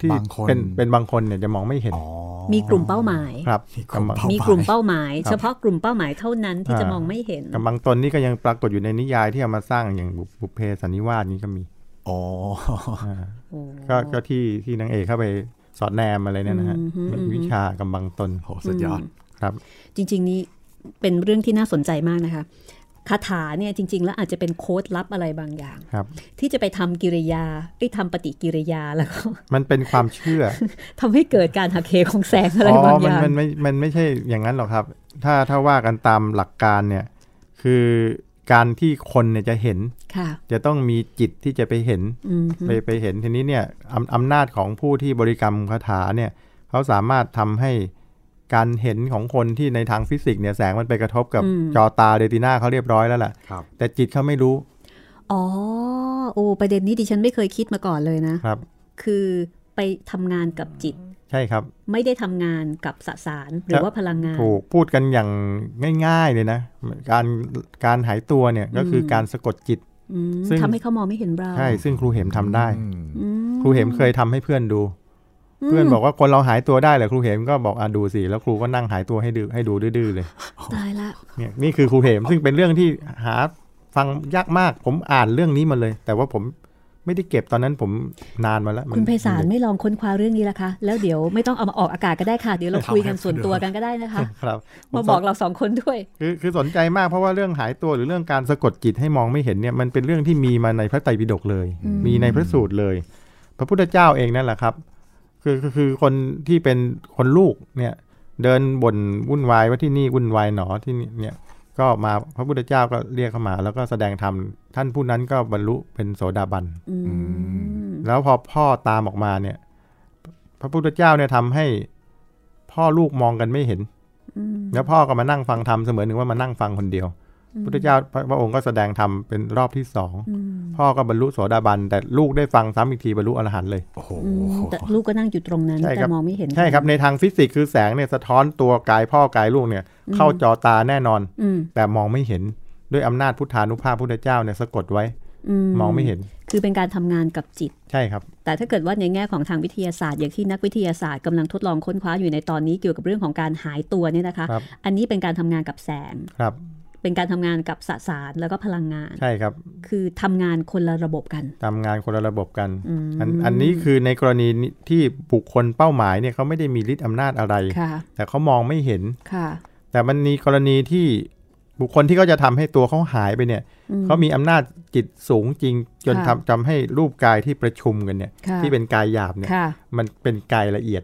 D: ที่
C: บางคน
D: เป็นเป็นบางคนเนี่ยจะมองไม่เห็น
C: อ๋อ
B: มีกลุ่มเป้าหมาย
D: ครับ
C: มีกลุ่ม
D: กำบัง
C: เป้าหาย
B: มีกลุ่มเป้าหมาย
D: ครับ
B: เฉพาะกลุ่มเป้าหมายเท่านั้นที่จะ
D: อ่าม ม
B: องไม่เห็น
D: กำบังตนนี่ก็ยังปรากฏอยู่ในนิยายที่เอามาสร้างอย่างบุบุพเพสันนิวาสนี้ก็มี
C: อ๋อ
D: อ่า
B: โอ้
D: ก็ก็ที่ที่นางเอกเข้าไปสอดแนมอะไรเนี่ยนะฮะ
B: อืมฮึ
D: เป็น
B: อืมฮึ
D: วิชากำบังตน
C: โหสุดยอด
D: ครับ
B: จริง ๆ นี้เป็นเรื่องที่น่าสนใจมากนะคะ คาถาเนี่ยจริง ๆ แล้วอาจจะเป็นโค้ดลับอะไรบางอย่าง
D: ครับ
B: ที่จะไปทำกิริยาไอ้ยทำปฏิกิริยาแล้วก็ *laughs*
D: มันเป็นความเชื่อ
B: ทำให้เกิดการหักเหของแสง *laughs* อะไรบางอย่าง
D: มันมันไม่มันไม่ใช่อย่างนั้นหรอกครับ ถ้าถ้าว่ากันตามหลักการเนี่ย คือการที่คนเนี่ยจะเห็น
B: ค่ะ
D: จะต้องมีจิตที่จะไปเห็น
B: อืม
D: ไปไปเห็นทีนี้เนี่ยอำอำนาจของผู้ที่บริกรรมคาถาเนี่ยเขาสามารถทำให้การเห็นของคนที่ในทางฟิสิกส์เนี่ยแสงมันไปกระทบกับจอตาเรติน่าเขาเรียบร้อยแล้วล่ะ
C: ครับ
D: แต่จิตเขาไม่รู้
B: อ๋อ โอ้ ประเด็นนี้ดิฉันไม่เคยคิดมาก่อนเลยนะ
D: ครับ
B: คือไปทำงานกับจิต
D: ใช่ครับ
B: ไม่ได้ทำงานกับสสาร หรือว่าพลังงาน
D: ถูกพูดกันอย่างง่าย ๆเลยนะ การการหายตัวเนี่ยก็คือการสะกดจิต
B: อืม
D: ซึ่ง
B: ทำให้เขามองไม่เห็นเรา
D: ใช่ซึ่งครูเห็มทำได้
C: อืม
B: อืม
D: ครูเห็มเคยทำให้เพื่อนดู เพื่อนบอกว่าคนเราหายตัวได้เหรอครูเห็มก็บอกอ่ะดูสิแล้วครูก็นั่งหายตัวให้ดูให้ดูดื้อๆเลย
B: ตายละ
D: เนี่ยนี่คือครูเห็มซึ่งเป็นเรื่องที่หาฟังยากมาก ผมอ่านเรื่องนี้มาเลย แต่ว่าผมไม่ได้เก็บตอนนั้นผมนานมาแล้วมัน
B: คุณไพศาลไม่ลองค้นคว้าเรื่องนี้ละคะ แล้วเดี๋ยวไม่ต้องเอามาออกอากาศก็ได้ค่ะ เดี๋ยวเราคุยกันส่วนตัวกันก็ได้นะคะ
D: ครับผ
B: มาบอกเราสองคนด้วย
D: คือคือสนใจมากเพราะว่าเรื่องหายตัวหรือเรื่องการสะกดจิตให้มองไม่เห็นเนี่ยมันเป็นเรื่องที่มีมาในพระไตรปิฎกเลย
B: อืม
D: มีในพระสูตรเลย พระพุทธเจ้าเองนั่นแหละครับ คือคือคือคนที่เป็นคนลูกเนี่ย เดินบ่นวุ่นวายว่าที่นี่วุ่นวายหนอที่นี่เนี่ย ก็มาพระพุทธเจ้าก็เรียกเข้ามา แล้วก็แสดงธรรมท่านผู้นั้นก็บรรลุเป็นโสดาบัน
B: อืม
D: แล้วพอพ่อตามออกมาเนี่ย พระพุทธเจ้าเนี่ยทำให้พ่อลูกมองกันไม่เห็น
B: อืม
D: แล้วพ่อก็มานั่งฟังธรรมเสมือนหนึ่งว่ามานั่งฟังคนเดียว พุทธเจ้าพระพระองค์ก็แสดงธรรมเป็นรอบที่สอง
B: อืม
D: พ่อก็บรรลุโสดาบัน แต่ลูกได้ฟังซ้ำอีกทีบรรลุอรหันต์เลย
C: โอ้โห
B: อืมแต่ลูกก็นั่งอยู่ตรงนั้น
D: ใช่ค
B: แต่
D: รับ
B: มองไม่เห็น
D: ใช่ครับในทางฟิสิกส์คือแสงเนี่ยสะท้อนตัวกายพ่อกายลูกเนี่ย เข้าจอตาแน่นอน
B: อืม
D: แต่มองไม่เห็นด้วยอำนาจพุทธานุภาพพุทธเจ้าเนี่ยสะกดไว้มองไม่เห็น
B: คือเป็นการทำงานกับจิต
D: ใช่ครับ
B: แต่ถ้าเกิดว่าในแง่ของทางวิทยาศาสตร์อย่างที่นักวิทยาศาสตร์กำลังทดลองค้นคว้าอยู่ในตอนนี้เกี่ยวกับเรื่องของการหายตัวเนี่ยนะคะ
D: ครับ
B: อันนี้เป็นการทำงานกับแสง
D: ครับ
B: เป็นการทำงานกับสสารแล้วก็พลังงาน
D: ใช่ครับ
B: คือทำงานคนละระบบกัน
D: ทำงานคนละระบบกัน
B: อืม
D: นอันนี้คือในกรณีที่บุคคลเป้าหมายเนี่ยเขาไม่ได้มีฤทธิ์อำนาจอะไร
B: ค่ะ
D: แต่เขามองไม่เห็น
B: ค่ะ
D: แต่มันมีกรณีที่บุคคลที่เขาจะทำให้ตัวเขาหายไปเนี่ยเขามีอำนาจจิตสูงจริง จนทำ
B: ค่ะ
D: ทำให้รูปกายที่ประชุมกันเนี่ย
B: ค่ะ
D: ที่เป็นกายหยาบเนี่ย
B: ค่ะ
D: มันเป็นกายละเอียด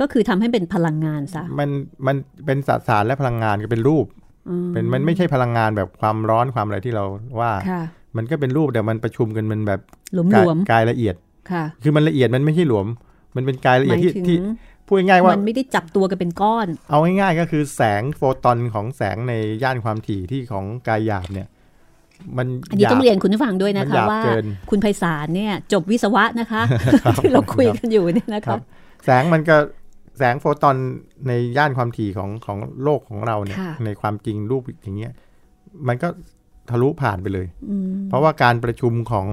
B: ก็คือทำให้เป็นพลังงานซะ
D: มันมันเป็นสสารและพลังงานก็เป็นรูป
B: อืม
D: เป็นมันไม่ใช่พลังงานแบบความร้อนความอะไรที่เราว่า
B: ค่ะ
D: มันก็เป็นรูปแต่มันประชุมกันมันแบบ
B: หลวม
D: กาย
B: ๆ
D: กายละเอียด
B: ค่ะ
D: คือมันละเอียดมันไม่ใช่หลวม มันเป็นกายละ
B: ห
D: เอีย
B: มาย
D: ดที่
B: ถึง
D: ที่พูดง่ายๆว่า
B: มันไม่ได้จับตัวกันเป็นก้อน
D: เอาง่ายๆก็คือแสงโฟตอนของแสงในย่านความถี่ที่ของกายหยาบเนี่ย มัน
B: อันนี้
D: หาบ
B: ต้องเรียนคุณผู้ฟังด้วยนะ
D: มัน
B: คะ
D: หยาบ
B: ว่า
D: เกิน
B: คุณไพศาลเนี่ยจบวิศวะนะคะ ที่เราคุยกันอยู่เนี่ยนะ
D: ครั
B: คะ
D: บ แสงมันก็แสงโฟตอนในย่านความถี่ของของโลกของเราเนี่ย
B: ค่ะ
D: ในความจริงรูปอย่างเงี้ย มันก็ทะลุผ่านไปเลย
B: อืม
D: เพราะว่าการประชุมของ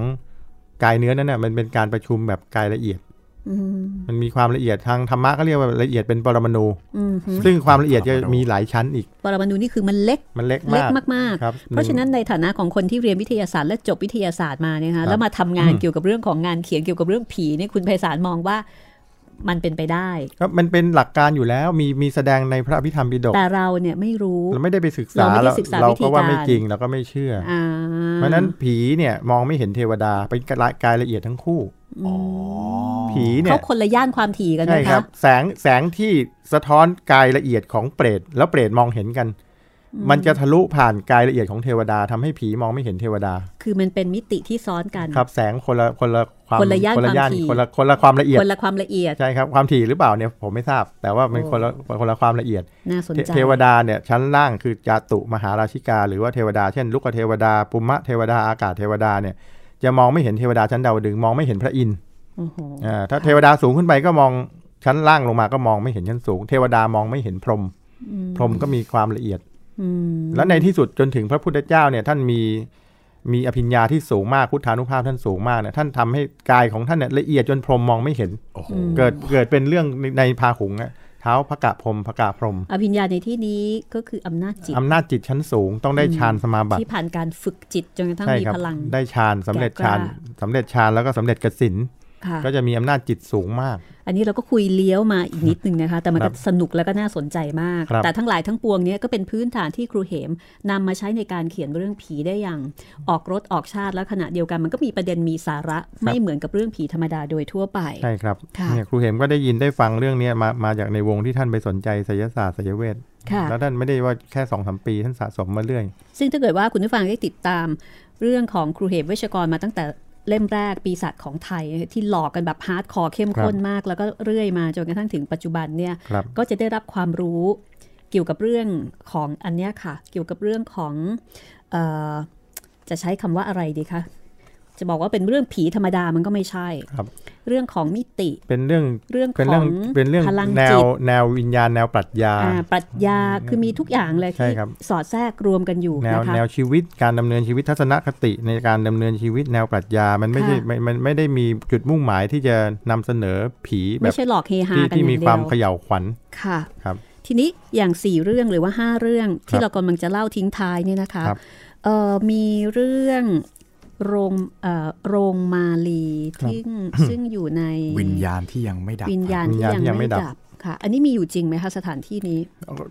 D: กายเนื้อนั้นน่ะมันเป็นการประชุมแบบกายละเอียด
B: อืม
D: มันมีความละเอียดทางธรรมะก็เรียกว่าละเอียดเป็นปรมาณู
B: อืมฮึ
D: ซึ่งความละเอียดจะ
C: ปรมาณู
D: มีหลายชั้นอีก
B: ปรมาณูนี่คือมันเล็ก
D: มันเล็ก
B: เล็ก
D: มาก
B: มาก
D: ครับ
B: ๆ เพราะฉะนั้นในฐานะของคนที่เรียนวิทยาศาสตร์และจบวิทยาศาสตร์มาเนี่ยนะคะแล้วมาทำงานเกี่ยวกับเรื่องของงานเขียนเกี่ยวกับเรื่องผีเนี่ยคุณไพศาลมองว่ามันเป็นไปได้
D: ครับมันเป็นหลักการอยู่แล้วมีมีแสดงในพระพิธรรมปิฎก
B: แต่เราเนี่ยไม่รู้
D: เราไม่ได้ไปศึกษา
B: เราไม่ได้ศึกษา
D: เรา
B: วิธี
D: ก็
B: การ
D: ว่าไม่จริงเราก็ไม่เชื่ออ
B: อ่า
D: เพราะฉะนั้นผีเนี่ยมองไม่เห็นเทวดาเป็นกายกายละเอียดทั้งคู่
C: อ๋อ
D: ผีเนี่ย
B: เขาคนละย่านความถี่กัน
D: ใช่
B: นะ
D: ครั
B: คะ
D: บแสงแสงที่สะท้อนกายละเอียดของเปรตแล้วเปรตมองเห็นกัน มันจะทะลุผ่านกายละเอียดของเทวดาทำให้ผีมองไม่เห็นเทวดา
B: คือมันเป็นมิติที่ซ้อนกัน
D: ครับแสงคนละคนละความ
B: คนละย่านความถี่
D: คนละคนละความละเอียด
B: คนละความละเอียด
D: ใช่ครับความถี่หรือเปล่าเนี่ยผมไม่ทราบ แต่ว่ามัน
B: โอ้
D: คนละคนละความละเอียด
B: น่าสน
D: เท
B: ใจ
D: เทวดาเนี่ยชั้นล่างคือจาตุมหาราชิกา หรือว่าเทวดาเช่น ลูกเทวดาปุมมะเทวดาอากาศเทวดาเนี่ยจะมองไม่เห็นเทวดาชั้นดาวดึงส์มองไม่เห็นพระอินทร์
B: โอ้โห
D: อ่าถ้าเทวดาสูงขึ้นไปก็มองชั้นล่างลงมาก็มองไม่เห็นชั้นสูง เทวดามองไม่เห็นพรหม
B: อืม
D: พรหมก็มีความละเอียด
B: อืม
D: แล้วในที่สุดจนถึงพระพุทธเจ้าเนี่ยท่านมีมีอภิญญาที่สูงมากพุทธานุภาพท่านสูงมากเนี่ยท่านทำให้กายของท่านเนี่ยละเอียดจนพรหมมองไม่เห็น
C: โอ้โห
D: เกิดเกิดเป็นเรื่องในในพาหุงอะเท้าพระกะพรหมพระกะพรหม
B: อภิญญาในที่นี้ก็คืออำนาจจิต
D: อำนาจจิตชั้นสูงต้องได้ฌานสมาบัติ
B: ที่ผ่านการฝึกจิตจนกระทั่ง
D: ใช่
B: มี
D: ครับ
B: พลัง
D: ได้ฌานสำเร็จ
B: แก่ก
D: ฌา
B: ล้า
D: นสำเร็จฌานแล้วก็สำเร็จกสิน
B: ค่ะ
D: ก็จะมีอำนาจจิตสูงมาก
B: อันนี้เราก็คุยเลี้ยวมาอีกนิดนึงนะคะ แต่มัน
D: ครั
B: ก็
D: บ
B: สนุกแล้วก็น่าสนใจมาก
D: ครับ
B: แต่ทั้งหลายทั้งปวงเนี้ยก็เป็นพื้นฐานที่ครูเหมนำมาใช้ในการเขียนเรื่องผีได้อย่าง ออกรถออกชาติแล้วขณะเดียวกันมันก็มีประเด็นมีสาระ ไม่เหมือนกับเรื่องผีธรรมดาโดยทั่วไป
D: ใช่ครับ
B: ค่ะ
D: เนี่ยครูเห็มก็ได้ยินได้ฟังเรื่องเนี้ยมามาจากในวงที่ท่านไปสนใจไสยศาสตร์ไสยเวท
B: ค่ะ
D: แล้วท่านไม่ได้ว่าแค่สองสามปีท่านสะสมมาเรื่อย
B: ซึ่งถ้าเกิดว่าคุณผู้ฟังได้ติดตามเรื่องของครูเหมเวชกรมาตั้งแต่เล่มแรกปีศาจของไทยที่หลอกกันแบบฮาร์ดคอร์เข้มข้นมาก แล้วก็เรื่อยมาจนกระทั่งถึงปัจจุบันเนี่ย
D: ครับ
B: ก็จะได้รับความรู้เกี่ยวกับเรื่องของอันเนี้ยค่ะ เกี่ยวกับเรื่องของเออจะใช้คำว่าอะไรดีคะจะบอกว่าเป็นเรื่องผีธรรมดามันก็ไม่ใช่
D: ครับ
B: เรื่องของมิติ
D: เป็นเรื่อง
B: เรื่องข
D: เป็น
B: อ
D: เรื่อง
B: ง
D: เป็นเรื่อง
B: พลัง
D: แน
B: จิ
D: ว
B: ต
D: แนววิญญาณแนวปรัชญา
B: อ่าปรัชญาคือมีทุกอย่างเลย
D: ใช่
B: ที่
D: ครับ
B: สอดแทรกรวมกันอยู่
D: แนว
B: นะคะ
D: แนวชีวิตการดำเนินชีวิตทัศนคติในการดำเนินชีวิตแนวปรัชญา มันไม่ใช่
B: ค่ะ
D: ไม่มันไม่ได้มีจุดมุ่งหมายที่จะนำเสนอผีแบ
B: ไม่
D: บ
B: ใช่หลอกเฮฮา
D: ที่
B: กันอ
D: ที่
B: ย่าง
D: มี
B: เดี
D: ความเข
B: ยว
D: ย่าวขวัญ
B: ค่ะ
D: ครับ
B: ทีนี้อย่าง 4 เรื่องหรือว่า 5 เรื่อง
D: ครั
B: ที่
D: บ
B: เรากำลังจะเล่าทิ้งท้ายเนี่ยนะคะ
D: ครับ
B: เอ่อมีเรื่องโรงเอ่อโรงมาลี
D: ครับ
B: ซึ่งซึ่งอยู่ใน
C: วิญญาณที่ยังไม่ดับ
B: วิญญาณ
D: วิญ
B: ที่
D: ญาณ
B: ยัง
D: ที่ยังไม่
B: ไม่
D: ดับ
B: ดับค่ะ อันนี้มีอยู่จริงไหมคะสถานที่นี้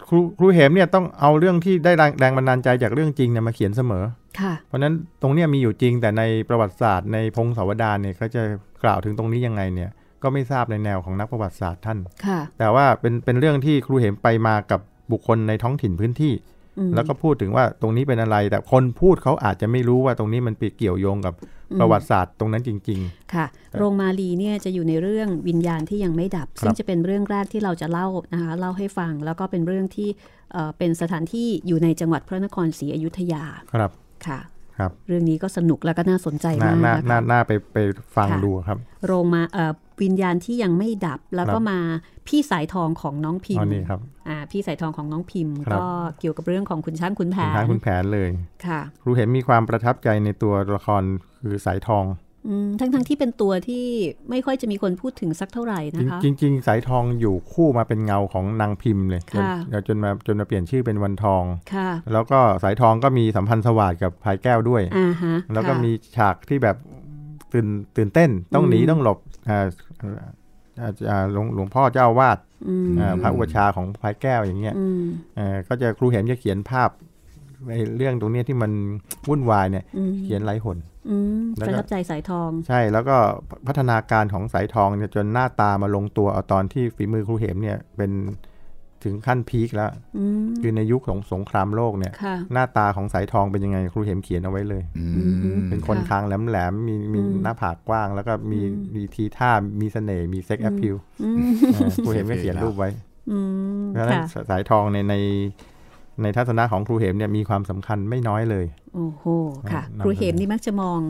D: ครูครูเหมเนี่ยต้องเอาเรื่องที่ได้แรงแรงบันดาลใจจากเรื่องจริงเนี่ยมาเขียนเสมอ
B: ค่ะ
D: เพราะฉะนั้นตรงเนี้ยมีอยู่จริงแต่ในประวัติศาสตร์ในพงศาวดารเนี่ยเขาจะกล่าวถึงตรงนี้ยังไงเนี่ยก็ไม่ทราบในแนวของนักประวัติศาสตร์ท่าน
B: ค่ะ
D: แต่ว่าเป็นเป็นเรื่องที่ครูเหมไปมากับบุคคลในท้องถิ่นพื้นที่
B: อืม
D: แล้วก็พูดถึงว่าตรงนี้เป็นอะไร แต่คนพูดเขาอาจจะไม่รู้ว่าตรงนี้มันไปเกี่ยวโยงกับ
B: อืม
D: ประวัติศาสตร์ตรงนั้นจริง
B: ค่ะ โรงมาลีเนี่ยจะอยู่ในเรื่องวิญญาณที่ยังไม่ดับ ซึ่งจะเป็นเรื่องแรกที่เราจะเล่านะคะเล่าให้ฟัง แล้วก็เป็นเรื่องที่เอ่อเป็นสถานที่อยู่ในจังหวัดพระนครศรีอยุธยา
D: ๆ ครับ
B: ค่ะ
D: ครับ
B: เรื่องนี้ก็สนุกแล้วก็น่าสนใจ
D: น่าม
B: าก
D: น่า
B: นะคะ
D: น่าน่าไปไปฟัง
B: ค่ะ
D: ดูครับ
B: โรงมาเอ่อวิญญาณที่ยังไม่ดับแล้วก็
D: ครับ
B: มาพี่สายทองของน้องพิม
D: ตอน
B: พ์
D: นี้ครับ
B: อ่าพี่สายทองของน้องพิมพ์
D: ครับ
B: ก็เกี่ยวกับเรื่องของคุณช้างคุณแผ
D: คุณท้าย
B: น
D: คุณแผนเลย
B: ค่ะ
D: ครูเห็นมีความประทับใจในตัวละครคือสายทอง
B: อืมทั้งทั้งที่เป็นตัวที่ไม่ค่อยจะมีคนพูดถึงสักเท่าไหร่นะคะ
D: จริงจริงๆสายทองอยู่คู่มาเป็นเงาของนางพิมพ์เลยจน
B: ค่ะ
D: เดี๋ยวจนมาจนมาเปลี่ยนชื่อเป็นวันทอง
B: ค่ะ
D: แล้วก็สายทองก็มีสัมพันธ์สวัสดกับพายแก้วด้วย
B: อ่าฮะ
D: แล้วก็
B: ค่ะ
D: มีฉากที่แบบตื่นตื่นเต้นต้องหนี
B: อืม
D: ต้องหลบอ่าอ่าอ่าหลวงหลวงพ่อเจ้าอาวาด
B: อืม
D: พระอุปชฌาย์ของพายแก้วอย่างเงี้ย
B: อืม
D: เอ่อก็จะครูเห็นจะเขียนภาพในเรื่องตรงเนี้ยที่มันวุ่นวายเนี่ย
B: อืม
D: เขียนไร้หน
B: อืม
D: แล้ว
B: ป
D: ก็
B: ระทับใจสายทอง
D: ใช่แล้วก็พัฒนาการของสายทองเนี่ยจนหน้าตามาลงตัวเอาตอนที่ฝีมือครูเหมเนี่ยเป็นถึงขั้นพีคแล้ว
B: อืม
D: คือในยุคของสงครามโลกเนี่ย
B: ค่ะ
D: หน้าตาของสายทองเป็นยังไงครูเหมเขียนเอาไว้เลย
C: อืม
D: เป็นคน
B: ค่ะ
D: คางแหลมๆมีมี
B: อืม
D: หน้าผากกว้าง แล้วก็มี
B: อืม
D: มีทีท่ามีเสน่ห์มีเซ็ก
B: อืม
D: แอพพิล
B: อืม
D: ครูเหมก็
C: เท่ๆ
D: เขียนรู
B: *laughs*
D: ปไว้
B: อืม
D: เพราะฉะนั้น
B: ค่ะ
D: สายทองในในในทัศนะของครูเหมเนี่ยมีความสำคัญไม่น้อยเลย
B: โอ้โหค่ะ
D: นำ
B: ครูเหมนี่มักจะมอง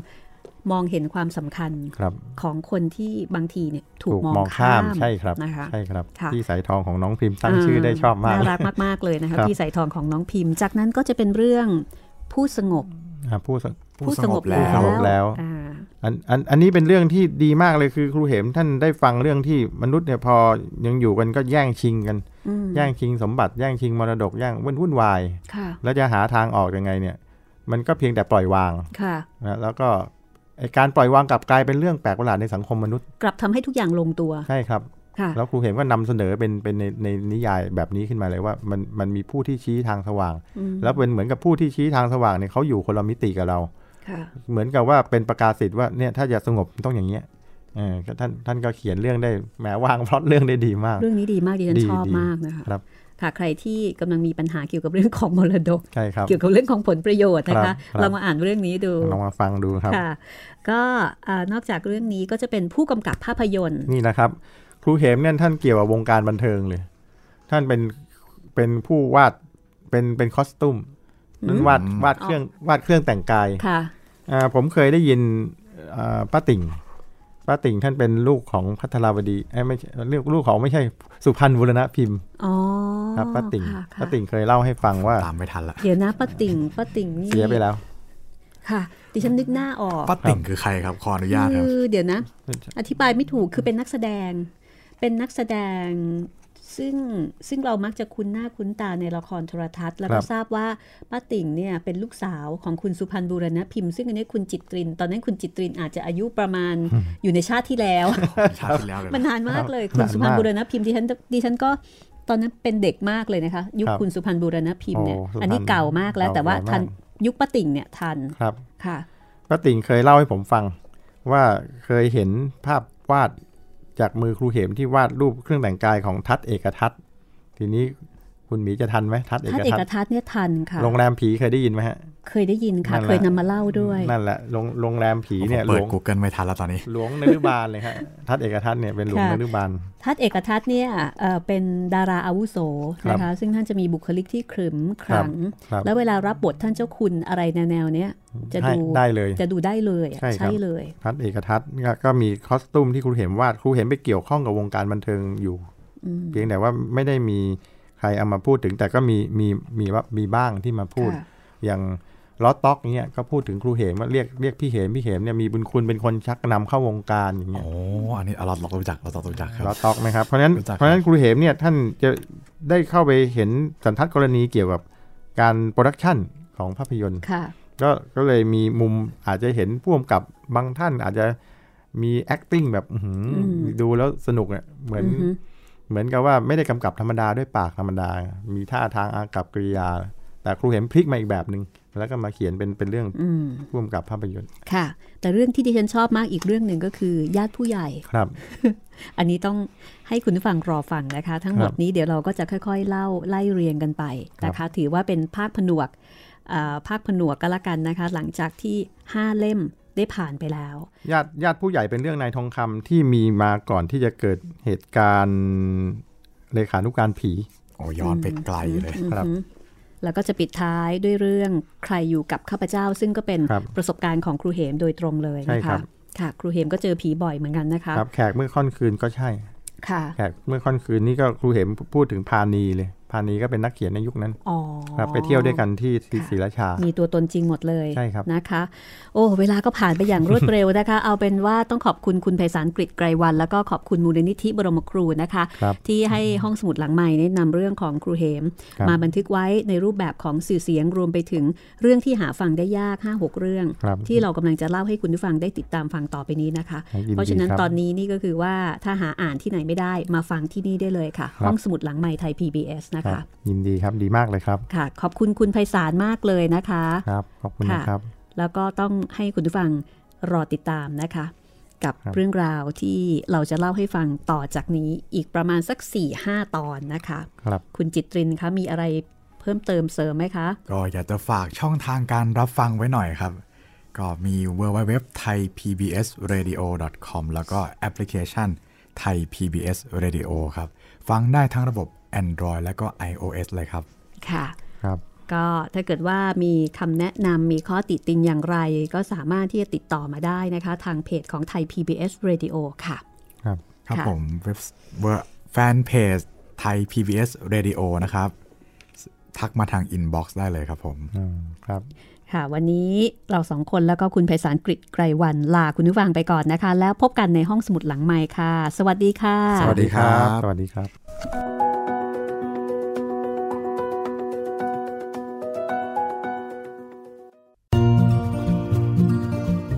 B: มองเห็นความสำคัญ
D: ครับ
B: ของคนที่บางทีเนี่ยถูก
D: ถูก
B: มอง
D: มอง
B: ข้า
D: ข้าม
B: ม
D: ใช่ครับ
B: นะคะ
D: ใช่ครับ
B: ค่ะ
D: ที่สายทองของน้องพิมพ์ตั้งชื่อได้ชอบมาก
B: น่ารักมากๆเลยนะคะ
D: ครับ
B: พี่สายทองของน้องพิมพ์ จากนั้นก็จะเป็นเรื่องผู้สงบ
D: อ่าผู้ส
C: ผู้สงบแล้
D: ผู้ส
C: ว
D: งบ แล้ว
B: อ่า
D: อันอันอันนี้เป็นเรื่องที่ดีมากเลยคือครูเหมท่านได้ฟังเรื่องที่มนุษย์เนี่ยพอยังอยู่กันก็แย่งชิงกัน
B: อืม
D: แย่งชิงสมบัติแย่งชิงมรดกแย่งวุ่นวุ่นวาย
B: ค่ะ
D: แล้วจะหาทางออกยังไงเนี่ยมันก็เพียงแต่ปล่อยวาง
B: ค่ะ
D: นะแล้วก็ไอ้การปล่อยวางกลับกลายเป็นเรื่องแปลกประหลาดในสังคมมนุษย์
B: กลับทำให้ทุกอย่างลงตัว
D: ใช่ครับ
B: ค่ะ
D: แล้วครูเห็นก็นำเสนอเป็นเป็นในในนิยายแบบนี้ขึ้นมาเลยว่ามันมันมีผู้ที่ชี้ทางสว่าง
B: อืม
D: แล้วเป็นเหมือนกับผู้ที่ชี้ทางสว่างเนี่ยเขาอยู่คนละมิติกับเรา
B: ค่ะ
D: เหมือนกับว่าเป็นประกาศสิทธิ์ว่าเนี่ยถ้าจะสงบต้องอย่างเงี้ยเออก็ท่านท่านก็เขียนเรื่องได้แหมวางพล็อตเรื่องได้ดีมาก
B: เรื่องนี้ดีมากดิฉัน
D: ดี
B: ชอบ
D: ดี
B: มากนะคะ
D: ครับ
B: ค่ะใครที่กำลังมีปัญหาเกี่ยวกับเรื่องของมรดก
D: ใช่ครับ
B: เกี่ยวกับเรื่องของผลประโยชน์นะ
D: ครั
B: คะ
D: บครับ
B: เรามาอ่านเรื่องนี้ดู
D: ลองมาฟังดูครับ
B: ค่ะ ก็อ่านอกจากเรื่องนี้ก็จะเป็นผู้กำกับภาพยนตร์
D: นี่นะครับ ครูเหมเนี่ยท่านเกี่ยวกับวงการบันเทิงเลย ท่านเป็นเป็นผู้วาดเป็นเป็นคอสตูม
B: อืม
D: นั่นวาดวาดเครื่องวาดเครื่องแต่งกาย
B: ค่ะ
D: อ่าผมเคยได้ยินอ่าป้าติ่งป้าติ่งท่านเป็นลูกของพัทราวดีเอ้ยไม่ใช่ลูกลูกของไม่ใช่สุพรรณบุรณะพิมพ์
B: อ๋อ
D: ครับป้าติ่ง
B: ค่ะค่ะ
D: ป้าติ่งเคยเล่าให้ฟังว่า
C: ตามไม่ทันละ
B: เดี๋ยวนะป้าติ่งป้าติ่งนี่
D: เสียไปแล้ว
B: ค่ะ ดิฉันนึกหน้าออก
C: ป้าติ่งคือใครครับ ขออนุญาตครับ
B: คือเดี๋ยวนะ อธิบายไม่ถูกคือเป็นนักแสดง เป็นนักแสดงซึ่งซึ่งเรามักจะคุ้นหน้าคุ้นตาในละครโทรทัศน์ แล้ว
D: ค
B: ก็
D: รับ
B: ทราบว่าป้าติ่งเนี่ยเป็นลูกสาวของคุณสุพรรณบุรณพิมพ์ซึ่งอันนี้คุณจิตริน ตอนนั้นคุณจิตรินอาจจะอายุประมาณอยู่ในชาติที่แล้ว
C: ชาติที่แล้วเลย
B: มันนานมากเลย คุณ
D: นานมาก
B: สุพรรณบุรณพิมพ์ดิฉันดิฉันก็ตอนนั้นเป็นเด็กมากเลยนะคะ ยุค
D: ครับ
B: คุณสุพรรณบุรณพิมพ์เนี่ย
D: โอ้สุพรรณ
B: อันนี้เก่ามากแล้ว แต่ว่า
D: เก่ามาก
B: ทันยุคป้าติ่งเนี่ยทัน
D: ครับ
B: ค่ะ
D: ป้าติ่งเคยเล่าให้ผมฟังว่าเคยเห็นภาพวาดจากมือครูเหมที่วาดรูปเครื่องแต่งกายของทัศน์เอกทัศน์ทีนี้คุณหมีจะทันไหมทัศน์เอ
B: ท่าน
D: ก
B: เอ
D: ทัศ
B: ก
D: น์
B: ทัศน์เนี่ยทันค่ะ
D: โรงแรมผีเคยได้ยินไหมฮะ
B: เคยได้ยินค่ะ
D: นั่นแหละ
B: เคยนำมาเล่าด้วย
D: นั่นแหละโรงโรงแรมผี
C: ผม
D: เนี่ยหล
C: เปิด
D: วง
C: Google ไม่ทันแล้วตอนนี้
D: หลวงนรุบาลเลยฮะทัศน์เอกทัศน์เนี่ยเป็นหลวง
B: ค่ะ
D: นรุบาล
B: ทัศน์เอกทัศน์เนี่ยเอ่อเป็นดาราอาวุโสนะ
D: ครั
B: คะ
D: บ
B: ซึ่งท่านจะมีบุคลิกที่ขรึมข
D: ครับ
B: รัง
D: ครับ
B: แล้วเวลารับบทท่านเจ้าคุณอะไรแนวๆเนี้ยจะ
D: ให้
B: ดู
D: ได้เลย
B: จะดูได้เลยอะ
D: ใช่ครับ
B: ใช่เลย
D: ทัศน์เอกทัศน์ก็ก็มีคอสตูมที่ครูเหมวาดครูเหมไปเกี่ยวข้องกับวงการบันเทิงอยู่
B: อืม
D: เพียงแต่ว่าไม่ได้มีใครเอามาพูดถึง แต่ก็มีมีมีว่ามีบ้างที่มาพูด
B: ค่ะ
D: อย่างล้อต็อกเนี่ยก็พูดถึงครูเหมว่าเรียกเรียกพี่เหมพี่เหมเนี่ยมีบุญคุณเป็นคนชักนำเข้าวงการอย่างเงี้
C: โอ้
D: ย
C: อันนี้เราเรารู้จักเรารู้จักค
D: ล้
C: รั
D: อบ ต็อกไหมครับเพราะฉะนั้น
C: รู้จักครับ
D: เพราะฉะนั้นครูเหมเนี่ยท่านจะได้เข้าไปเห็นสันทัดกรณีเกี่ยวกับการโปรดักชันของภาพยนตร์
B: ค่ะ
D: ก็ก็เลยมีมุมอาจจะเห็นพ่วงกับบางท่านอาจจะมี acting แบบอื้อหืออ
B: ม
D: ดูแล้วสนุกอ่ะเหมือน
B: อือฮึ
D: เหมือนกับว่าไม่ได้กำกับธรรมดาด้วยปากธรรมดา มีท่าทางอากับกริยา แต่ครูเห็นพลิกมาอีกแบบหนึ่งแล้วก็มาเขียนเป็นเป็นเรื่อง
B: อืม
D: ร่วมกับภาพยนตร์
B: ค่ะ แต่เรื่องที่ดิฉันชอบมากอีกเรื่องหนึ่งก็คือญาติผู้ใหญ่
D: ครับ
B: อันนี้ต้องให้คุณผู้ฟังรอฟังนะคะ ทั้งหมด
D: ครับ
B: นี้เดี๋ยวเราก็จะค่อยๆ เล่าไล่เรียงกันไปนะคะ ถือว่าเป็นภาคผนวกเอ่อภาคผนวกก็แล้วกันนะคะ หลังจากที่ 5 เล่มได้ผ่านไปแล้ว
D: ญาติญาติผู้ใหญ่เป็นเรื่องนายทองคำที่มีมาก่อนที่จะเกิดเหตุการณ์เลขานุการผี
C: โอ้ย้อนไปไกลเลย
D: ครับ
B: อือหือแล้วก็จะปิดท้ายด้วยเรื่องใครอยู่กับข้าพเจ้า ซึ่งก็เป็น
D: ครับ
B: ประสบการณ์ของครูเหมโดยตรงเลย
D: ใช่
B: นะ
D: ครั
B: คะ
D: บ
B: ค่ะ ครูเหมก็เจอผีบ่อยเหมือนกันนะคะ
D: ครับ แขกเมื่อค่อนคืนก็ใช่
B: ค่ะ
D: แขกเมื่อค่อนคืนนี่ก็ครูเห็นพูดถึงพานีเลยพานีก็เป็นนักเขียนในยุคนั้น
B: อ๋อ
D: ครับไปเที่ยวด้วยกันที่ที่ศรีราชา
B: มีตัวตนจริงหมดเลย
D: ใช่ครับ
B: นะคะ โอ้เวลาก็ผ่านไปอย่างรวดเร็วนะคะ *laughs* เอาเป็นว่าต้องขอบคุณคุณไพศาลกริตไกรวัน แล้วก็ขอบคุณมูลนิธิบรมครูนะคะ
D: ครับ
B: ที่ให้ห้องสมุดหลังใหม่แนะนำเรื่องของครูเหม
D: ครับ
B: มาบันทึกไว้ในรูปแบบของสื่อเสียงรวมไปถึงเรื่องที่หาฟังได้ยาก 5-6 เรื่อง
D: ครับ
B: ที่เรากำลังจะเล่าให้คุณผู้ฟังได้ติดตามฟังต่อไปนี้นะคะ
D: ยินดี
B: เพราะฉะนั้น
D: ครับ
B: ตอนนี้นี่ก็คือว่าถ้าหาอ่านที่ไหนไม่ได้มาฟังที่นี่ได้เลยค่ะ
D: ครับ
B: ห้องสมุดหลังใหม่ไทย PBS นะ
D: ครั
B: คะ
D: บยินดีครับดีมากเลยครับ
B: ค่ะ ขอบคุณคุณไพศาลมากเลยนะคะ
D: ครับขอบคุณ
B: ค่ะ
D: นะครับ
B: แล้วก็ต้องให้คุณผู้ฟังรอติดตามนะคะ กับ
D: ครับ
B: เรื่องราวที่เราจะเล่าให้ฟังต่อจากนี้อีกประมาณสัก 4-5 ตอนนะคะ
D: ครับ
B: คุณจิตรินคะมีอะไรเพิ่มเติมเสริมไหมคะ
C: ก็อยากจะฝากช่องทางการรับฟังไว้หน่อยครับ ก็มี w w w t h a i PBS Radio com แล้วก็แอปพลิเคชันไทย PBS Radio ครับ ฟังได้ทั้งระบบ Android และก็ iOS เลยครับ
B: ค่ะ
D: ครับ
B: ก็ถ้าเกิดว่ามีคำแนะนำมีข้อติติงอย่างไร ก็สามารถที่จะติดต่อมาได้นะคะ ทางเพจของไทย PBS Radio ค่ะ
D: ครับ
C: ครับ
B: ค่ะ
C: ผมเว็บเว็บแฟนเพจไทย PBS Radio นะครับ ทักมาทางอินบ็อกซ์ได้เลยครับผม
D: อืมครับ
B: ค่ะ วันนี้เราสองคนแล้วก็คุณไพศาลกริตไกรวันลาคุณผู้ฟังไปก่อนนะคะ แล้วพบกันในห้องสมุดหลังไมค์ค่ะ สวัสดีค่ะ
C: สวัสดี ครับ
D: สวัสดีครับ